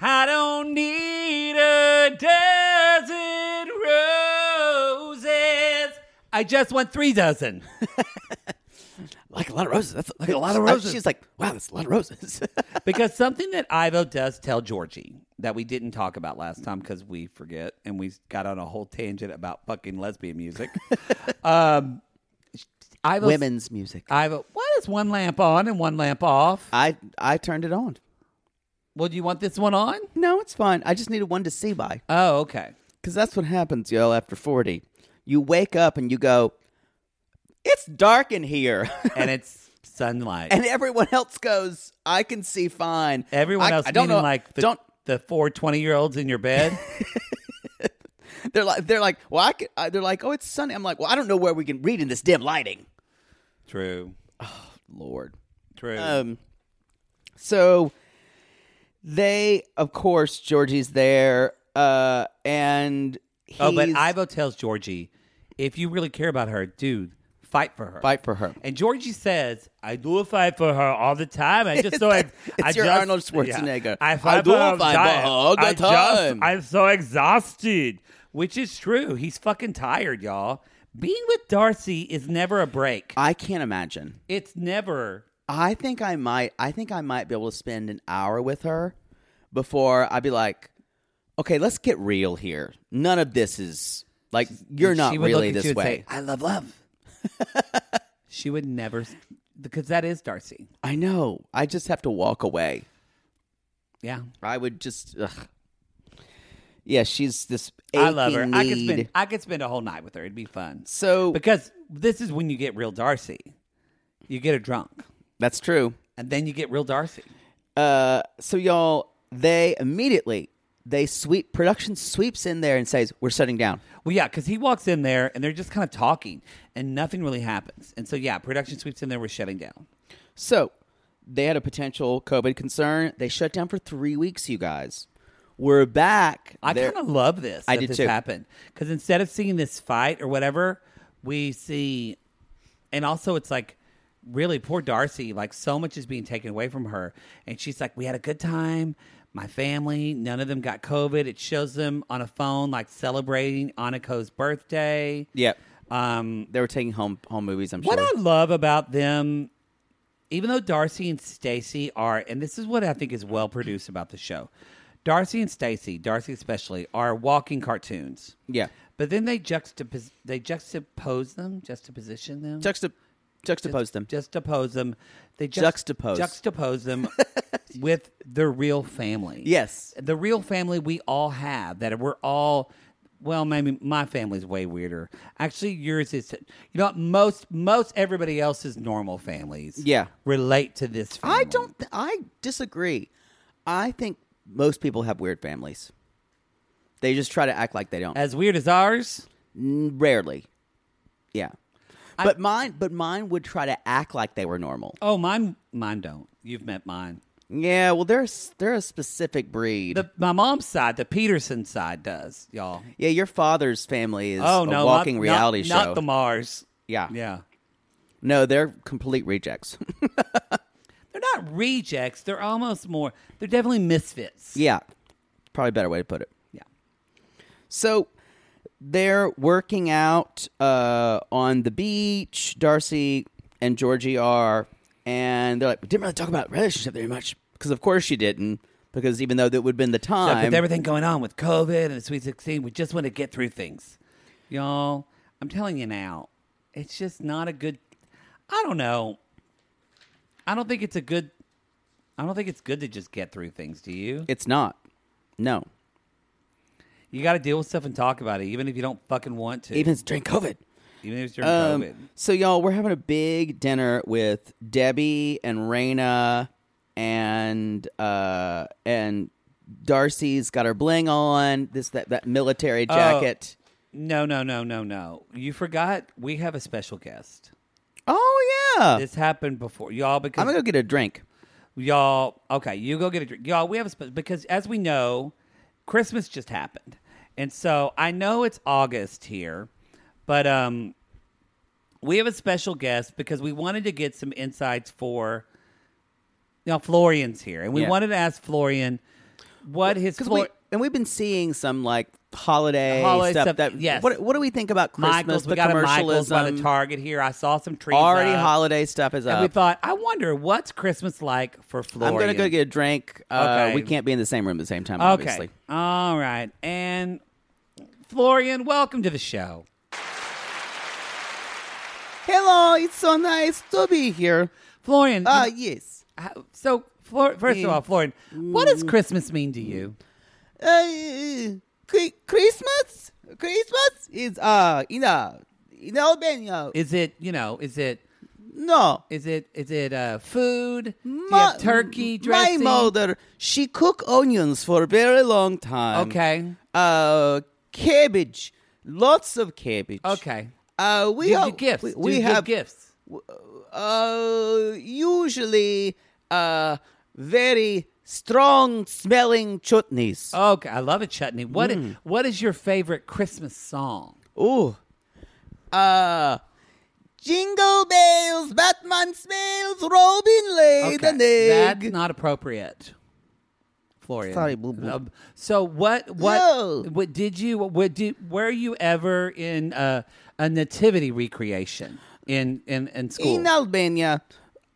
Speaker 2: I don't need a dozen roses. I just want three dozen.
Speaker 3: Like a lot of roses. That's like
Speaker 2: a lot of roses.
Speaker 3: She's like, wow, that's a lot of roses.
Speaker 2: because something that Ivo does tell Georgie that we didn't talk about last time because we forget and we got on a whole tangent about fucking lesbian music. um, Ivo,
Speaker 3: Women's music.
Speaker 2: Ivo, why is one lamp on and one lamp off?
Speaker 3: I I turned it on.
Speaker 2: Well, do you want this one on?
Speaker 3: No, it's fine. I just needed one to see by.
Speaker 2: Oh, okay.
Speaker 3: Because that's what happens, y'all, after 40. You wake up and you go, it's dark in here.
Speaker 2: and it's sunlight.
Speaker 3: and everyone else goes, I can see fine.
Speaker 2: Everyone
Speaker 3: I-
Speaker 2: else,
Speaker 3: I don't
Speaker 2: meaning
Speaker 3: know,
Speaker 2: like the,
Speaker 3: don't,
Speaker 2: the four 20 year olds in your bed.
Speaker 3: they're like, they're like, well, I can, I, they're like, oh, it's sunny. I'm like, well, I don't know where we can read in this dim lighting.
Speaker 2: True.
Speaker 3: Lord.
Speaker 2: True.
Speaker 3: Um, so they, of course, Georgie's there. Uh, and he's,
Speaker 2: oh, but Ivo tells Georgie, if you really care about her, dude, fight for her.
Speaker 3: fight for her.
Speaker 2: And Georgie says, "I do fight for her all the time. I just so I, I
Speaker 3: It's your
Speaker 2: just-
Speaker 3: Arnold Schwarzenegger.
Speaker 2: Yeah, I
Speaker 3: "I
Speaker 2: fight
Speaker 3: do
Speaker 2: for her
Speaker 3: fight for her all the
Speaker 2: I
Speaker 3: time."
Speaker 2: Just, I'm so exhausted, which is true. He's fucking tired, y'all. Being with Darcy is never a break.
Speaker 3: I can't imagine.
Speaker 2: It's never.
Speaker 3: I think I might. I think I might be able to spend an hour with her before I'd be like, okay, let's get real here. None of this is like you're not
Speaker 2: She would look
Speaker 3: really
Speaker 2: at you
Speaker 3: this
Speaker 2: and
Speaker 3: way.
Speaker 2: Say, I love love. she would never. because that is Darcy.
Speaker 3: I know. I just have to walk away.
Speaker 2: Yeah.
Speaker 3: I would just. Ugh. Yeah, she's this.
Speaker 2: I love her.
Speaker 3: aching
Speaker 2: I could spend
Speaker 3: need.
Speaker 2: I could spend a whole night with her. It'd be fun.
Speaker 3: So
Speaker 2: Because this is when you get real Darcy. You get her drunk.
Speaker 3: that's true.
Speaker 2: And then you get real Darcy.
Speaker 3: Uh, so y'all, they immediately they sweep production sweeps in there and says, "We're shutting down."
Speaker 2: Well, yeah, because he walks in there and they're just kind of talking and nothing really happens. And so, yeah, production sweeps in there, we're shutting down.
Speaker 3: So they had a potential COVID concern. They shut down for three weeks. You guys, we're back.
Speaker 2: I
Speaker 3: They're-
Speaker 2: kind of love this.
Speaker 3: I
Speaker 2: that
Speaker 3: did
Speaker 2: this
Speaker 3: too.
Speaker 2: happened because instead of seeing this fight or whatever, we see, and also it's like really poor Darcy. Like so much is being taken away from her, and she's like, "We had a good time. My family, none of them got COVID." It shows them on a phone like celebrating Anako's birthday.
Speaker 3: Yep.
Speaker 2: Um,
Speaker 3: They were taking home home movies. I'm
Speaker 2: What
Speaker 3: sure.
Speaker 2: I love about them, even though Darcy and Stacy are, and this is what I think is well produced about the show, Darcy and Stacy, Darcy especially, are walking cartoons.
Speaker 3: Yeah.
Speaker 2: But then they juxtapose, they juxtapose them, juxtaposition them,
Speaker 3: Juxta- juxtapose them.
Speaker 2: juxtapose them, they jux-
Speaker 3: Juxtapose.
Speaker 2: juxtapose them with the real family.
Speaker 3: Yes.
Speaker 2: the real family we all have that we're all. Well, maybe my family's way weirder. Actually, yours is. You know, what? most most everybody else's normal families.
Speaker 3: Yeah.
Speaker 2: relate to this. Family.
Speaker 3: I don't. Th- I disagree. I think most people have weird families. They just try to act like they don't.
Speaker 2: As weird as ours.
Speaker 3: Rarely. Yeah. but mine, but mine would try to act like they were normal.
Speaker 2: Oh, mine mine don't. You've met mine.
Speaker 3: Yeah, well, they're s- they're a specific breed.
Speaker 2: The, my mom's side, the Peterson side, does y'all.
Speaker 3: yeah, your father's family is
Speaker 2: Oh
Speaker 3: a
Speaker 2: no,
Speaker 3: walking
Speaker 2: not,
Speaker 3: reality
Speaker 2: not,
Speaker 3: show.
Speaker 2: Not the Mars.
Speaker 3: yeah,
Speaker 2: Yeah.
Speaker 3: No, they're complete rejects.
Speaker 2: They're not rejects. They're almost more. They're definitely misfits.
Speaker 3: yeah, probably a better way to put it.
Speaker 2: Yeah.
Speaker 3: So they're working out uh, on the beach. Darcy and Georgie are, and they're like, we didn't really talk about relationship very much because, of course, you didn't. Because even though that would have been the
Speaker 2: So
Speaker 3: time,
Speaker 2: with everything going on with COVID and the Sweet Sixteen, we just want to get through things, y'all. I'm telling you now, it's just not a good. I don't know. I don't think it's a good. I don't think it's good to just get through things. Do you?
Speaker 3: it's not. No,
Speaker 2: You got to deal with stuff and talk about it, even if you don't fucking want to.
Speaker 3: even it's during COVID.
Speaker 2: even if it's during
Speaker 3: Um,
Speaker 2: COVID.
Speaker 3: so y'all, we're having a big dinner with Debbie and Raina and uh and Darcy's got her bling on, this that that military
Speaker 2: Oh.
Speaker 3: jacket.
Speaker 2: No, no, no, no, no. You forgot we have a special guest.
Speaker 3: Oh yeah.
Speaker 2: This happened before, y'all. Because
Speaker 3: I'm gonna go get a drink.
Speaker 2: y'all okay you go get a drink y'all we have a sp- because as we know christmas just happened and so i know it's august here but um we have a special guest because we wanted to get some insights for now florian's here and we
Speaker 3: Yeah.
Speaker 2: wanted to ask florian what his
Speaker 3: Because
Speaker 2: Flor-
Speaker 3: we and we've been seeing some like holiday,
Speaker 2: Holiday
Speaker 3: stuff,
Speaker 2: stuff,
Speaker 3: that
Speaker 2: yes.
Speaker 3: what what do we think about Christmas,
Speaker 2: michael's
Speaker 3: the
Speaker 2: we got a michael's
Speaker 3: commercialism?
Speaker 2: by the target here i saw some trees
Speaker 3: already
Speaker 2: up.
Speaker 3: holiday stuff is
Speaker 2: and
Speaker 3: up.
Speaker 2: we thought i wonder what's christmas like for florian
Speaker 3: I'm gonna go get a drink. Uh,
Speaker 2: Okay.
Speaker 3: we can't be in the same room at the same time,
Speaker 2: Okay.
Speaker 3: obviously.
Speaker 2: All right. And Florian, welcome to the show.
Speaker 3: Hello, it's so nice to be here.
Speaker 2: Florian.
Speaker 3: Ah,
Speaker 2: you-
Speaker 3: yes.
Speaker 2: how- so, Flor- first of all, Florian, what does Christmas mean to you?
Speaker 3: uh, Chri- Christmas. Christmas is uh in uh, in Albania.
Speaker 2: Is it, you know, is it,
Speaker 3: no,
Speaker 2: is it, is it uh, food? Do you
Speaker 3: My-
Speaker 2: have turkey
Speaker 3: My
Speaker 2: dressing?
Speaker 3: mother she cook onions for a very long time.
Speaker 2: Okay.
Speaker 3: Uh, cabbage, lots of cabbage.
Speaker 2: Okay.
Speaker 3: Uh, we
Speaker 2: Do you
Speaker 3: have
Speaker 2: give gifts?
Speaker 3: We,
Speaker 2: Do
Speaker 3: we
Speaker 2: you give
Speaker 3: have
Speaker 2: gifts.
Speaker 3: uh usually uh very strong smelling chutneys.
Speaker 2: Okay, I love a chutney. What i-
Speaker 3: Mm.
Speaker 2: What is your favorite Christmas song?
Speaker 3: Ooh. Uh Jingle bells, Batman smells, Robin laid an
Speaker 2: Okay,
Speaker 3: egg.
Speaker 2: That's not appropriate. Florian.
Speaker 3: Sorry, boo boo.
Speaker 2: Um, so what? What?
Speaker 3: No.
Speaker 2: What did you? What did? Were you ever in a, a nativity recreation in in in school?
Speaker 3: In Albania,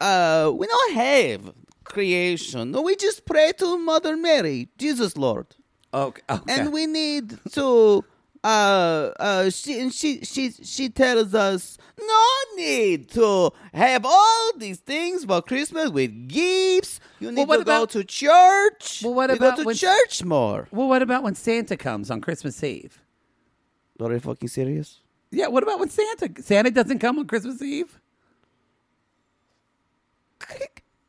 Speaker 3: uh, we don't have creation. We just pray to Mother Mary, Jesus Lord,
Speaker 2: okay. okay.
Speaker 3: and we need to. Uh, uh, she and she she she tells us no need to have all these things for Christmas with gifts. You need
Speaker 2: what
Speaker 3: to
Speaker 2: about-
Speaker 3: go to church.
Speaker 2: Well, what
Speaker 3: You
Speaker 2: about
Speaker 3: go to
Speaker 2: when-
Speaker 3: church more?
Speaker 2: Well, what about when Santa comes on Christmas Eve?
Speaker 3: Are you fucking serious?
Speaker 2: Yeah, what about when Santa Santa doesn't come on Christmas Eve?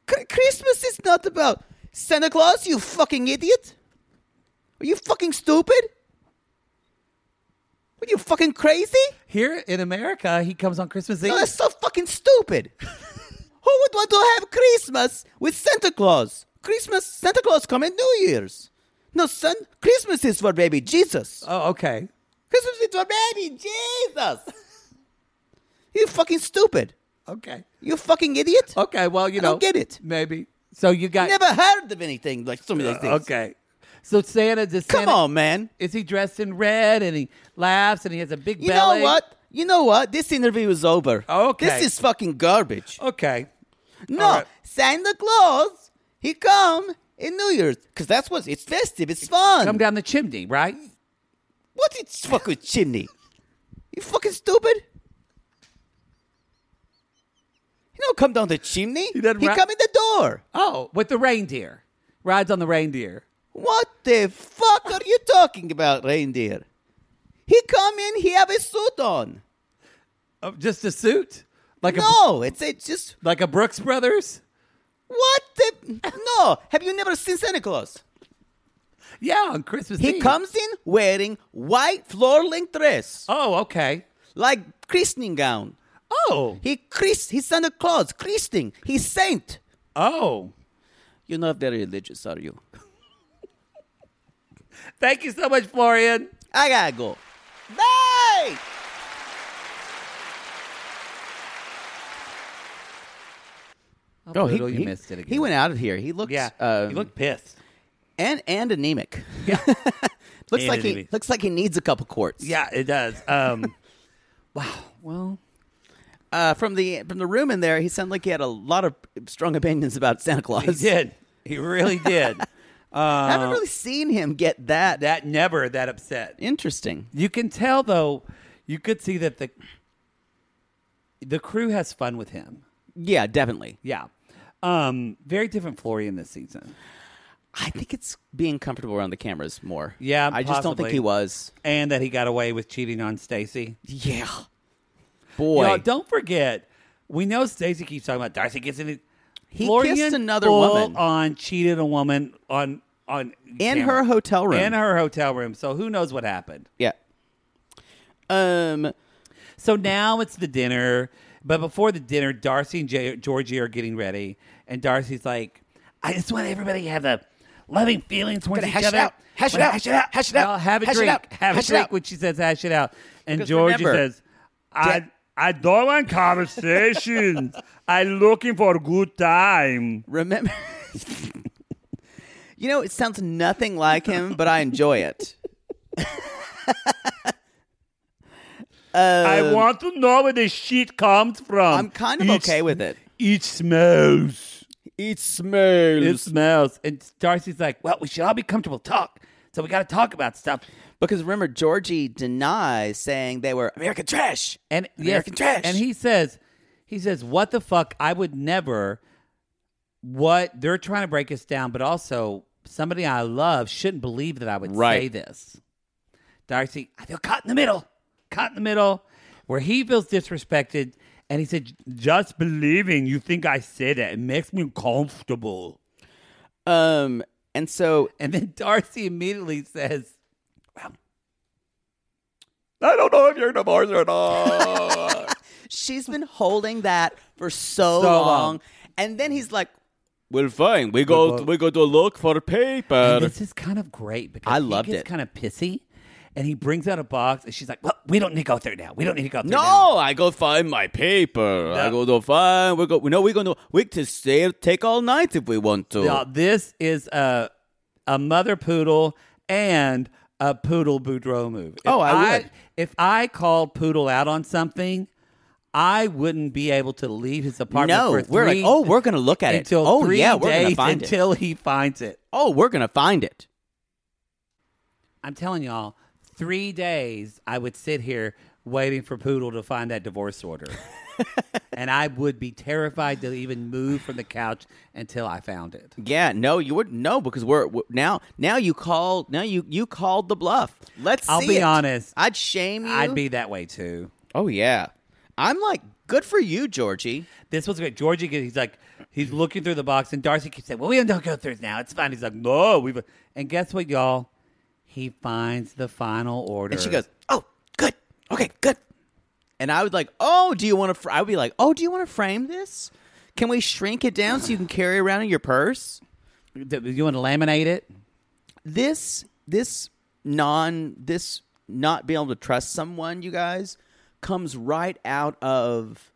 Speaker 3: Christmas is not about Santa Claus. You fucking idiot. Are you fucking stupid? Are you fucking crazy?
Speaker 2: Here in America, he comes on Christmas Eve.
Speaker 3: No, that's so fucking stupid. Who would want to have Christmas with Santa Claus? Christmas, Santa Claus come in New Year's. No, son, Christmas is for baby Jesus.
Speaker 2: oh, okay.
Speaker 3: Christmas is for baby Jesus. you fucking stupid.
Speaker 2: Okay.
Speaker 3: You fucking idiot.
Speaker 2: Okay, well, you
Speaker 3: I
Speaker 2: know.
Speaker 3: don't get it.
Speaker 2: Maybe. So you got
Speaker 3: I never heard of anything like something like this.
Speaker 2: Uh, Okay. So Santa does
Speaker 3: Come
Speaker 2: Santa,
Speaker 3: on, man.
Speaker 2: Is he dressed in red and he laughs and he has a big
Speaker 3: You
Speaker 2: belly?
Speaker 3: know what? You know what? This interview is over.
Speaker 2: Okay.
Speaker 3: This is fucking garbage.
Speaker 2: Okay.
Speaker 3: No,
Speaker 2: right.
Speaker 3: Santa Claus, he come in New Year's because that's what it's festive. It's fun.
Speaker 2: Come down the chimney, right?
Speaker 3: What it's fucking chimney? You fucking stupid. He don't come down the chimney. He,
Speaker 2: doesn't ra-
Speaker 3: come in the door.
Speaker 2: Oh, with the reindeer. Rides on the reindeer.
Speaker 3: What the fuck are you talking about, reindeer? He come in. He have a suit on.
Speaker 2: Oh, just a suit? Like a
Speaker 3: No, it's a just
Speaker 2: like a Brooks Brothers?
Speaker 3: what the no. Have you never seen Santa Claus?
Speaker 2: Yeah, on Christmas
Speaker 3: He
Speaker 2: Eve.
Speaker 3: comes in wearing white floor length dress.
Speaker 2: Oh, okay.
Speaker 3: like christening gown.
Speaker 2: Oh.
Speaker 3: He christ, he's Santa Claus, christening. He's saint.
Speaker 2: Oh.
Speaker 3: You're not very religious, are you?
Speaker 2: Thank you so much, Florian.
Speaker 3: I gotta go. Bye.
Speaker 2: Oh, you missed it again.
Speaker 3: He went out of here. He looked,
Speaker 2: Yeah.
Speaker 3: um,
Speaker 2: he looked pissed.
Speaker 3: and and anemic. looks
Speaker 2: And
Speaker 3: like he
Speaker 2: anemic.
Speaker 3: looks like he needs a couple quarts.
Speaker 2: Yeah, it does. Um, wow. Well,
Speaker 3: Uh, from the from the room in there, he sounded like he had a lot of strong opinions about Santa Claus.
Speaker 2: he did. He really did.
Speaker 3: I haven't really seen him get that
Speaker 2: that never that upset.
Speaker 3: interesting.
Speaker 2: You can tell though. You could see that the the crew has fun with him.
Speaker 3: Yeah, definitely.
Speaker 2: Yeah. Um, very different Florian this season.
Speaker 3: I think it's being comfortable around the cameras more.
Speaker 2: Yeah,
Speaker 3: I just don't think
Speaker 2: possibly.
Speaker 3: he was.
Speaker 2: And that he got away with cheating on Stacy.
Speaker 3: Yeah. Boy.
Speaker 2: Y'all, don't forget, we know Stacy keeps talking about Darcy gets in it.
Speaker 3: He
Speaker 2: Florian
Speaker 3: kissed another
Speaker 2: full
Speaker 3: woman.
Speaker 2: On cheated a woman on on
Speaker 3: In
Speaker 2: camera.
Speaker 3: her hotel room.
Speaker 2: In her hotel room. So who knows what happened?
Speaker 3: yeah. Um
Speaker 2: So now it's the dinner, but before the dinner, Darcy and J- Georgie are getting ready, and Darcy's like, "I just want everybody to have the loving feelings towards
Speaker 5: Gotta
Speaker 2: each
Speaker 5: hash it
Speaker 2: other.
Speaker 5: out. Hash it
Speaker 2: Wanna-
Speaker 5: out. Hash it out. Hash it
Speaker 2: Y'all
Speaker 5: out.
Speaker 2: Have a
Speaker 5: Hash it
Speaker 2: drink.
Speaker 5: out.
Speaker 2: Have
Speaker 5: Hash it
Speaker 2: a drink."
Speaker 5: out.
Speaker 2: When she says, "Hash it out," and
Speaker 3: Because
Speaker 2: Georgie
Speaker 3: remember-
Speaker 2: says, "I." I don't want conversations. I'm looking for a good time.
Speaker 3: remember You know, it sounds nothing like him, but I enjoy it.
Speaker 5: Um,
Speaker 2: I want to know where the shit comes from.
Speaker 3: Uh, I'm kind of okay with it.
Speaker 2: It smells.
Speaker 3: It
Speaker 2: It
Speaker 3: smells.
Speaker 2: smells. And Darcy's like, well, we should all be comfortable talk. So we got to talk about stuff.
Speaker 3: Because remember, Georgie denies saying they were American trash.
Speaker 2: And
Speaker 3: American trash.
Speaker 2: And he says, he says, what the fuck? I would never. What they're trying to break us down, but also somebody I love shouldn't believe that I would say
Speaker 3: Right.
Speaker 2: this. Darcy, I feel caught in the middle, caught in the middle, where he feels disrespected. And he said, just believing you think I said that, it makes me uncomfortable.
Speaker 3: Um and so
Speaker 2: And then Darcy immediately says, well, I don't know if you're divorced or not.
Speaker 3: she's been holding that for so,
Speaker 2: So
Speaker 3: long.
Speaker 2: long.
Speaker 3: And then he's like, Well fine, we go we go to look for the paper.
Speaker 2: and this is kind of great because
Speaker 3: I
Speaker 2: he
Speaker 3: loved
Speaker 2: gets
Speaker 3: it.
Speaker 2: kind of pissy. And he brings out a box and she's like, well, we don't need to go through now. We don't need to go through now.
Speaker 3: No, I go find my paper. I go
Speaker 2: No.
Speaker 3: to find. We go. No, we're gonna we can stay take all night if we want to.
Speaker 2: Now, this is a, a mother poodle and a poodle boudreau move. If
Speaker 3: Oh, I would.
Speaker 2: If I called poodle out on something, I wouldn't be able to leave his apartment.
Speaker 3: no,
Speaker 2: for
Speaker 3: we're like,
Speaker 2: three-
Speaker 3: oh, we're gonna look at
Speaker 2: until
Speaker 3: it. Oh
Speaker 2: three
Speaker 3: yeah, we're gonna
Speaker 2: days
Speaker 3: find it.
Speaker 2: until he finds it.
Speaker 3: Oh, we're gonna find it.
Speaker 2: I'm telling y'all, three days I would sit here waiting for Poodle to find that divorce order. and I would be terrified to even move from the couch until I found it.
Speaker 3: Yeah, no, you wouldn't. No, because we're, we now. Now you called. Now you you called the bluff. Let's.
Speaker 2: I'll
Speaker 3: see
Speaker 2: be
Speaker 3: it.
Speaker 2: honest.
Speaker 3: I'd shame you.
Speaker 2: I'd be that way too.
Speaker 3: Oh yeah. I'm like, good for you, Georgie.
Speaker 2: This was great. Georgie, he's like, he's looking through the box, and Darcy keeps saying, "Well, we don't go through it now. It's fine." He's like, "No, we've." And guess what, y'all? He finds the final order,
Speaker 3: And she goes, "Oh, good. Okay, good." And I was like, "Oh, do you want to?" Fr-? I would be like, "Oh, do you want to frame this? Can we shrink it down so you can carry it around in your purse?"
Speaker 2: "Do you want to laminate it?"
Speaker 3: This this non this not being able to trust someone, you guys, comes right out of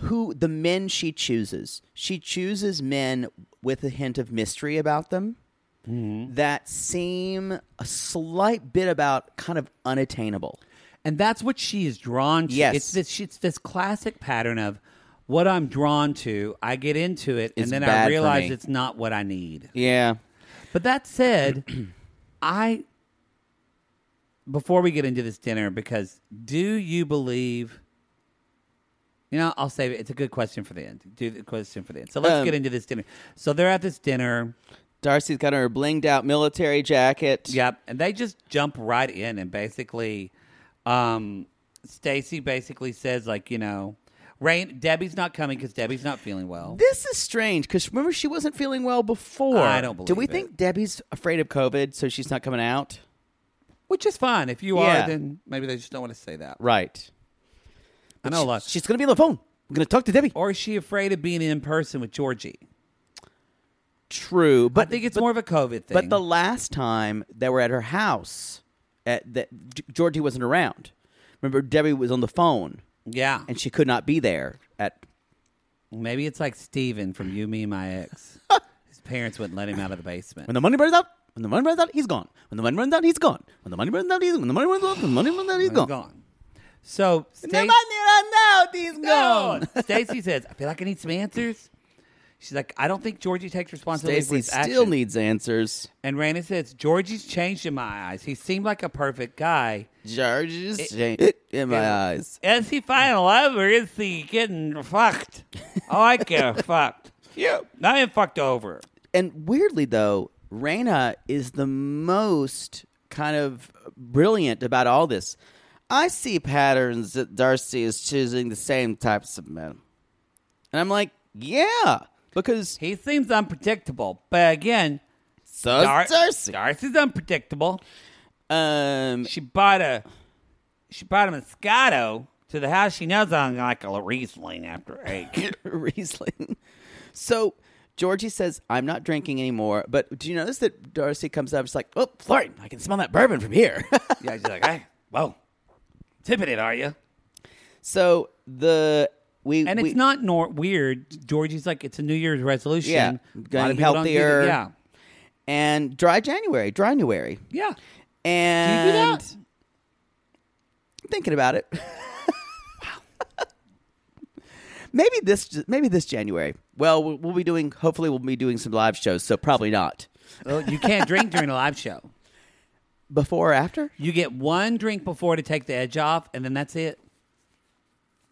Speaker 3: who the men she chooses. She chooses men with a hint of mystery about them that seem a slight bit about kind of unattainable.
Speaker 2: And that's what she is drawn to.
Speaker 3: Yes.
Speaker 2: It's this, it's this classic pattern of what I'm drawn to, I get into it,
Speaker 3: It's
Speaker 2: and then
Speaker 3: bad
Speaker 2: I
Speaker 3: for
Speaker 2: realize
Speaker 3: me.
Speaker 2: it's not what I need.
Speaker 3: Yeah.
Speaker 2: But that said, I before we get into this dinner, because do you believe? You know, I'll save it. It's a good question for the end. Do the question for the end. So let's
Speaker 3: Um,
Speaker 2: get into this dinner. So they're at this dinner.
Speaker 3: Darcy's got on her blinged out military jacket.
Speaker 2: Yep, and they just jump right in and basically, um, Stacy basically says like, you know, Rain Debbie's not coming because Debbie's not feeling well.
Speaker 3: This is strange because remember she wasn't feeling well before.
Speaker 2: I don't
Speaker 3: Do we
Speaker 2: believe it.
Speaker 3: think Debbie's afraid of COVID, so she's not coming out?
Speaker 2: Which is fine. If you
Speaker 3: Yeah.
Speaker 2: are, then maybe they just don't want to say that.
Speaker 3: Right.
Speaker 2: I know a lot.
Speaker 3: She's gonna be on the phone. We're gonna talk to Debbie.
Speaker 2: or is she afraid of being in person with Georgie?
Speaker 3: True, but
Speaker 2: I think it's more of a COVID thing.
Speaker 3: but the last time they were at her house, at that G- Georgie wasn't around. Remember, Debbie was on the phone
Speaker 2: yeah,
Speaker 3: and she could not be there. At
Speaker 2: maybe it's like Steven from You, Me, and My Ex. His parents wouldn't let him out of the basement.
Speaker 3: when the money runs out, when the money runs out, he's gone. When the money runs out, he's gone. When the money runs out, he's when the money runs out, when the money runs out, he's
Speaker 2: He's
Speaker 3: gone.
Speaker 2: gone. So
Speaker 3: The money
Speaker 2: Stacy.
Speaker 3: runs out, he's gone.
Speaker 2: gone. Stacy says, I feel like I need some answers. She's like, I don't think Georgie takes responsibility for
Speaker 3: Stacy
Speaker 2: his
Speaker 3: still
Speaker 2: actions."
Speaker 3: needs answers.
Speaker 2: And Randy says, Georgie's changed in my eyes. He seemed like a perfect guy.
Speaker 3: George's change in my eyes.
Speaker 2: Is he finding love or is he getting fucked? I like getting fucked. Yeah. Not even fucked over.
Speaker 3: And weirdly though, Raina is the most kind of brilliant about all this. I see patterns that Darcy is choosing the same types of men. And I'm like, yeah, because
Speaker 2: He seems unpredictable. But again,
Speaker 3: so
Speaker 2: Dar-
Speaker 3: Darcy.
Speaker 2: Darcy's unpredictable.
Speaker 3: Um,
Speaker 2: She bought a she bought a Moscato to the house. She knows I'm like a Riesling after eight.
Speaker 3: Riesling. So Georgie says, I'm not drinking anymore. But do you notice that Darcy comes up? She's like, oh, Florian, I can smell that bourbon from here.
Speaker 2: yeah, she's like, hey, whoa. Tipping it, are you?
Speaker 3: so the. We,
Speaker 2: And
Speaker 3: we,
Speaker 2: it's not nor- weird. Georgie's like, it's a New Year's resolution.
Speaker 3: Yeah,
Speaker 2: A lot
Speaker 3: getting
Speaker 2: of people don't do that.
Speaker 3: healthier.
Speaker 2: Yeah.
Speaker 3: and dry January, dry January.
Speaker 2: Yeah.
Speaker 3: And
Speaker 2: that?
Speaker 3: I'm thinking about it. maybe this maybe this January. Well, we'll we'll be doing hopefully we'll be doing some live shows, so probably not.
Speaker 2: Well, you can't drink during a live show.
Speaker 3: Before or after?
Speaker 2: You get one drink before to take the edge off, and then that's it.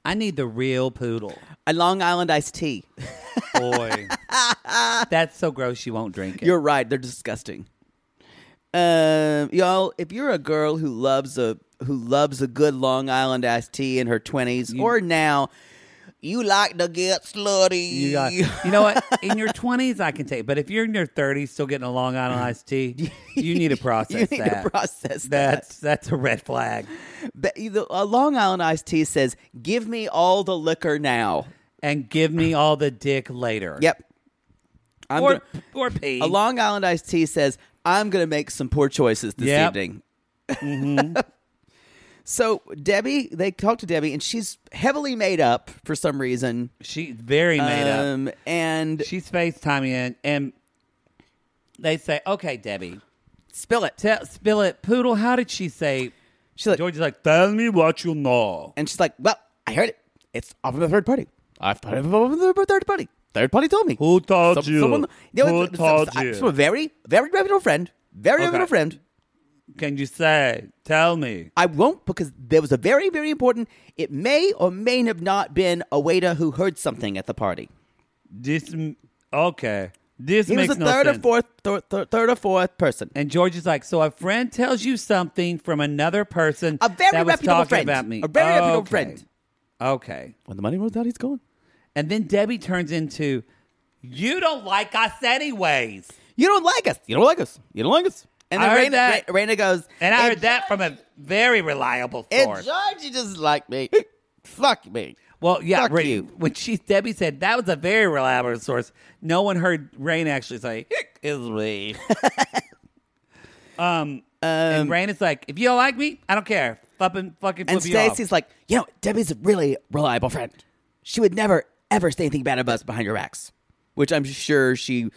Speaker 2: I need the real poodle.
Speaker 3: A Long Island iced tea.
Speaker 2: Boy. that's so gross you won't drink it.
Speaker 3: You're right, they're disgusting. Um, y'all, if you're a girl who loves a who loves a good Long Island iced tea in her 20s or now, you like to get slutty.
Speaker 2: You got, you know what? In your twenties, I can take, but if you're in your thirties, still getting a Long Island iced tea, you need to process
Speaker 3: need to
Speaker 2: that.
Speaker 3: process that.
Speaker 2: That's that's a red flag.
Speaker 3: But the, uh, Long Island iced tea says, "Give me all the liquor now."
Speaker 2: And give me all the dick later.
Speaker 3: Yep. I'm
Speaker 2: or
Speaker 3: gonna-
Speaker 2: or pee.
Speaker 3: a Long Island iced tea says, "I'm going to make some poor choices this
Speaker 2: Yep. Mm-hmm.
Speaker 3: evening." so Debbie, they talk to Debbie, and she's heavily made up for some reason.
Speaker 2: She's very made up.
Speaker 3: um, and
Speaker 2: She's FaceTiming in, and they say, "Okay, Debbie,
Speaker 3: spill it.
Speaker 2: tell, spill it, poodle. How did she say?"
Speaker 3: She's like,
Speaker 2: George is like, "Tell me what you know."
Speaker 3: and she's like, "Well, I heard it. It's off of the third party. I've heard it from the third party. Third party told me."
Speaker 2: Who told
Speaker 3: Some-
Speaker 2: you?
Speaker 3: Someone, you know,
Speaker 2: Who
Speaker 3: it's- it's-
Speaker 2: told
Speaker 3: it's-
Speaker 2: you?
Speaker 3: From a very, very reputable friend. Very reputable friend.
Speaker 2: can you say? Tell me.
Speaker 3: I won't because there was a very, very important. It may or may have not been a waiter who heard something at the party.
Speaker 2: This m- okay. This
Speaker 3: He was
Speaker 2: makes
Speaker 3: the
Speaker 2: no
Speaker 3: third or
Speaker 2: sense.
Speaker 3: fourth, thir- thir- third or fourth person.
Speaker 2: And George is like, so a friend tells you something from another person
Speaker 3: A very
Speaker 2: that was
Speaker 3: reputable
Speaker 2: talking
Speaker 3: friend.
Speaker 2: about me.
Speaker 3: A very reputable
Speaker 2: Okay.
Speaker 3: friend.
Speaker 2: Okay.
Speaker 3: When the money runs out, he's gone.
Speaker 2: And then Debbie turns into, you don't like us anyways.
Speaker 3: You don't like us. You don't like us. You don't like us. And then
Speaker 2: I heard
Speaker 3: Raina,
Speaker 2: that.
Speaker 3: Ra- Raina goes,
Speaker 2: And I heard that from a very reliable
Speaker 3: And
Speaker 2: source.
Speaker 3: Georgie doesn't like me. Fuck me.
Speaker 2: Well, yeah,
Speaker 3: Fuck
Speaker 2: Ray-
Speaker 3: you.
Speaker 2: when she Debbie said that was a very reliable source, no one heard Rain actually say "Hick is me. um, and Rain is like, if you don't like me, I don't care. Fucking fucking flip
Speaker 3: And
Speaker 2: you off.
Speaker 3: Stacy's like, you know, Debbie's a really reliable friend. She would never ever say anything bad about us behind your backs, which I'm sure she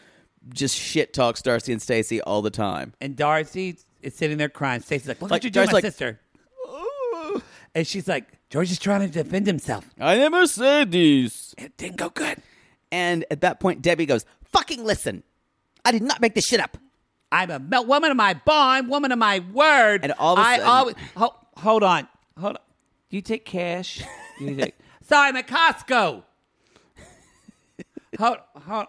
Speaker 3: just shit talks Darcy and Stacy all the time.
Speaker 2: and Darcy is sitting there crying. Stacy's like, look
Speaker 3: Like,
Speaker 2: what you do, to
Speaker 3: Darcy's
Speaker 2: my
Speaker 3: like-
Speaker 2: sister. And she's like, George is trying to defend himself.
Speaker 3: I never said this.
Speaker 2: It didn't go good.
Speaker 3: And at that point, Debbie goes, "Fucking listen, I did not make this shit up."
Speaker 2: I'm a mel- woman of my bond, woman of my word.
Speaker 3: And all of a
Speaker 2: I
Speaker 3: sudden-
Speaker 2: always hold, hold on, hold on. Do you take cash? Do you take- Sorry, I'm at Costco. hold, hold.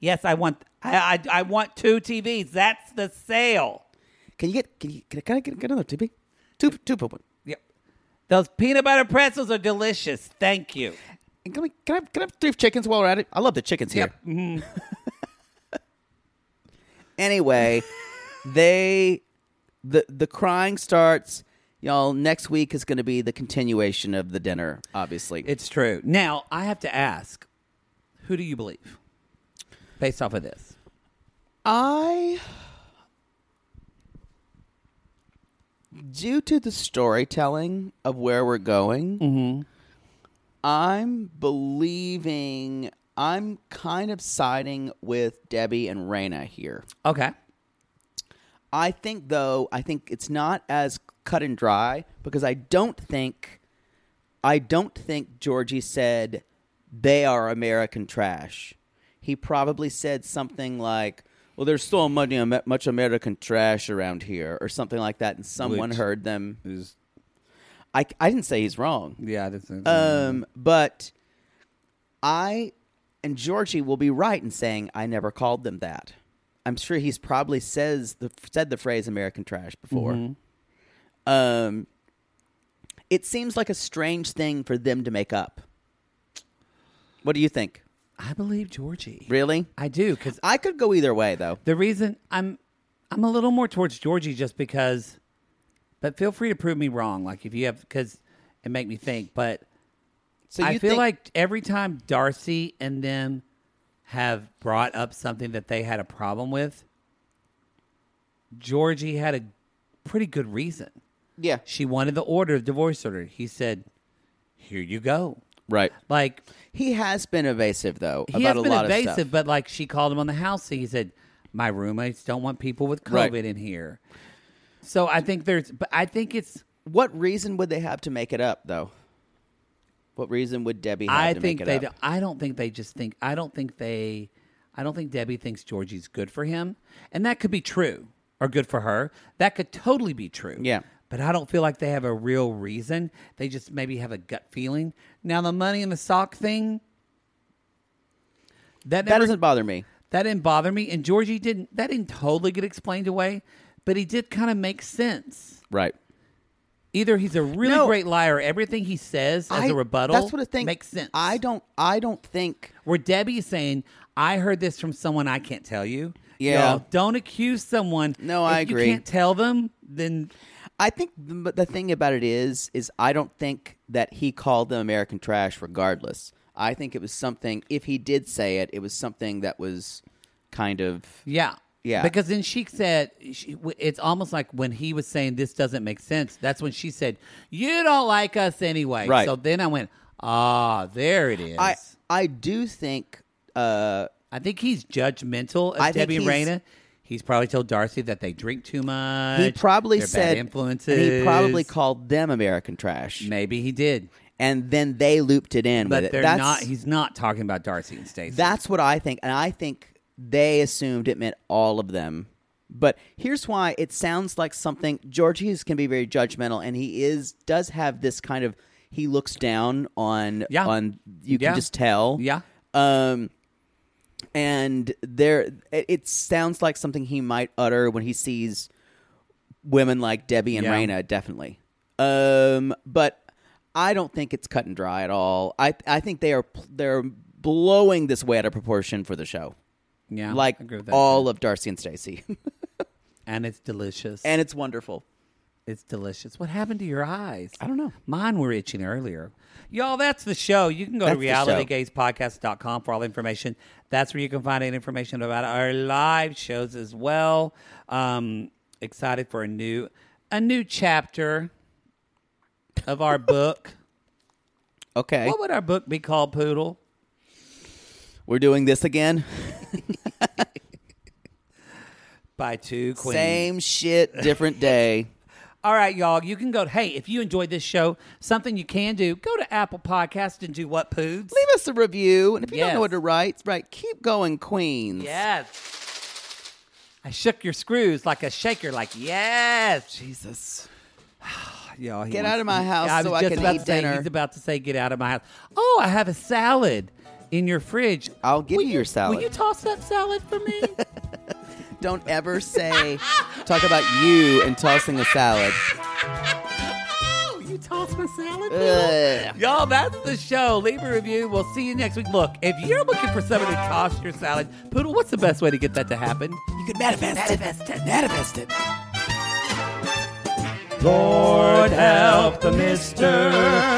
Speaker 2: Yes, I want. I, I I want two TVs. That's the sale.
Speaker 3: Can you get? Can you? Can I, can I get, get another TV? Two, two for one.
Speaker 2: Yep. Those peanut butter pretzels are delicious. Thank you.
Speaker 3: And can, we, can I? have- Can I have three chickens while we're at it? I love the chickens here. anyway, they the the crying starts. Y'all, next week is going to be the continuation of the dinner. Obviously,
Speaker 2: It's true. Now I have to ask, who do you believe, based off of this?
Speaker 3: I, due to the storytelling of where we're going, I'm believing. I'm kind of siding with Debbie and Raina here.
Speaker 2: Okay.
Speaker 3: I think though, I think it's not as cut and dry because I don't think I don't think Georgie said they are American trash. He probably said something like, "Well, there's so much much American trash around here," or something like that, and someone
Speaker 2: Which
Speaker 3: heard them. I I didn't say he's wrong.
Speaker 2: Yeah. That's,
Speaker 3: Um, but I and Georgie will be right in saying I never called them that. I'm sure he's probably says the said the phrase American trash before.
Speaker 2: Mm-hmm.
Speaker 3: Um, it seems like a strange thing for them to make up. What do you think?
Speaker 2: I believe Georgie.
Speaker 3: Really?
Speaker 2: I do because
Speaker 3: I could go either way though.
Speaker 2: The reason I'm I'm a little more towards Georgie just because, but feel free to prove me wrong. Like if you have because and make me think. But
Speaker 3: So
Speaker 2: I
Speaker 3: you
Speaker 2: feel
Speaker 3: think-
Speaker 2: like every time Darcy and them have brought up something that they had a problem with, Georgie had a pretty good reason.
Speaker 3: yeah,
Speaker 2: She wanted the order, the divorce order. He said, "Here you go."
Speaker 3: right.
Speaker 2: Like
Speaker 3: He has been evasive though
Speaker 2: he
Speaker 3: about
Speaker 2: has
Speaker 3: a
Speaker 2: been
Speaker 3: lot
Speaker 2: evasive,
Speaker 3: of stuff.
Speaker 2: but like she called him on the house seat. He said, "My roommates don't want people with COVID
Speaker 3: Right.
Speaker 2: in here." So I think there's, but I think it's.
Speaker 3: What reason would they have to make it up though? What reason would Debbie have
Speaker 2: I
Speaker 3: to make
Speaker 2: think
Speaker 3: it
Speaker 2: they.
Speaker 3: up?
Speaker 2: Don't, I don't think they just think. I don't think they. I don't think Debbie thinks Georgie's good for him, and that could be true or good for her. That could totally be true.
Speaker 3: Yeah.
Speaker 2: But I don't feel like they have a real reason. They just maybe have a gut feeling. Now the money in the sock thing. That
Speaker 3: That
Speaker 2: never
Speaker 3: doesn't bother me.
Speaker 2: That didn't bother me. And Georgie didn't, that didn't totally get explained away, but he did kind of make sense.
Speaker 3: Right.
Speaker 2: Either he's a really
Speaker 3: No.
Speaker 2: great liar, everything he says as a rebuttal
Speaker 3: That's what I think.
Speaker 2: makes sense.
Speaker 3: I don't. I don't think.
Speaker 2: Where Debbie is saying, I heard this from someone I can't tell you.
Speaker 3: Yeah.
Speaker 2: Y'all, don't accuse someone.
Speaker 3: No,
Speaker 2: If
Speaker 3: I agree.
Speaker 2: you can't tell them, then
Speaker 3: I think the, the thing about it is, is I don't think that he called them American trash. Regardless, I think it was something. If he did say it, it was something that was kind of.
Speaker 2: yeah.
Speaker 3: Yeah.
Speaker 2: Because then she said, she, w- it's almost like when he was saying, this doesn't make sense. That's when she said, you don't like us anyway.
Speaker 3: Right.
Speaker 2: So then I went, ah, there it is.
Speaker 3: I I do think. Uh,
Speaker 2: I think he's judgmental of
Speaker 3: I think
Speaker 2: Debbie and
Speaker 3: he's-
Speaker 2: Raina. He's probably told Darcy that they drink too much.
Speaker 3: he probably
Speaker 2: they're bad
Speaker 3: said
Speaker 2: influences.
Speaker 3: He probably called them American trash,
Speaker 2: Maybe he did,
Speaker 3: and then they looped it in with
Speaker 2: but
Speaker 3: it.
Speaker 2: they're
Speaker 3: That's-
Speaker 2: not. He's not talking about Darcy and Stacey.
Speaker 3: That's what I think, and I think they assumed it meant all of them, But here's why it sounds like something George Hughes can be very judgmental, and he is does have this kind of he looks down on
Speaker 2: Yeah.
Speaker 3: on you
Speaker 2: Yeah.
Speaker 3: can just tell
Speaker 2: Yeah.
Speaker 3: um and there it, it sounds like something he might utter when he sees women like Debbie and
Speaker 2: Yeah.
Speaker 3: Raina definitely um but I don't think it's cut and dry at all I I think they are pl- they're blowing this way out of proportion for the show
Speaker 2: Yeah,
Speaker 3: like
Speaker 2: I agree with that.
Speaker 3: all of Darcy and Stacy
Speaker 2: and it's delicious.
Speaker 3: and it's wonderful
Speaker 2: It's delicious. What happened to your eyes? I don't know. Mine were itching earlier. Y'all, that's the show. You can go
Speaker 3: That's the show.
Speaker 2: to realitygazepodcast.com for all the information. That's where you can find out information about our live shows as well. Um, excited for a new a new chapter of our book.
Speaker 3: okay
Speaker 2: What would our book be called, Poodle?
Speaker 3: we're doing this again
Speaker 2: By two queens.
Speaker 3: same shit different day
Speaker 2: All right, y'all. You can go. Hey, if you enjoyed this show, something you can do, go to Apple Podcast and do what, Poods?
Speaker 3: leave us a review. And if you don't
Speaker 2: Yes.
Speaker 3: know what to write, write keep going, Queens.
Speaker 2: Yes. I shook your screws like a shaker, like, yes. Jesus. Y'all, he
Speaker 3: Get
Speaker 2: wants-
Speaker 3: out of my house
Speaker 2: I was
Speaker 3: so I
Speaker 2: just
Speaker 3: can
Speaker 2: about
Speaker 3: eat
Speaker 2: to say-
Speaker 3: dinner.
Speaker 2: He's about to say, get out of my house. Oh, I have a salad in your fridge.
Speaker 3: I'll give you your salad.
Speaker 2: Will you toss that salad for me?
Speaker 3: don't ever say talk about you and tossing a salad.
Speaker 2: oh, you toss my salad?
Speaker 3: Ugh.
Speaker 2: Y'all, that's the show. Leave a review. We'll see you next week. Look, if you're looking for someone to toss your salad, Poodle, what's the best way to get that to happen? You can manifest, manifest it. Manifest it.
Speaker 1: Lord help the mister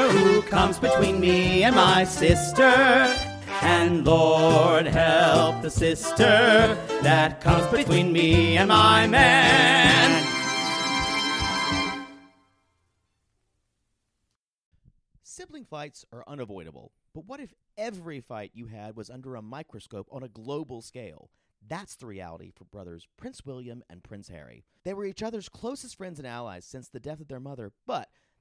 Speaker 1: who comes between me and my sister. And Lord help the sister that comes between me and my man.
Speaker 5: Sibling fights are unavoidable, but what if every fight you had was under a microscope on a global scale? That's the reality for brothers Prince William and Prince Harry. They were each other's closest friends and allies since the death of their mother, but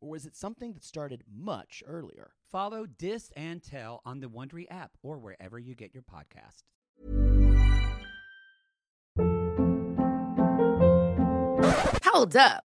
Speaker 5: or was it something that started much earlier?
Speaker 2: Follow Dis and Tell on the Wondery app or wherever you get your podcasts.
Speaker 6: Hold up.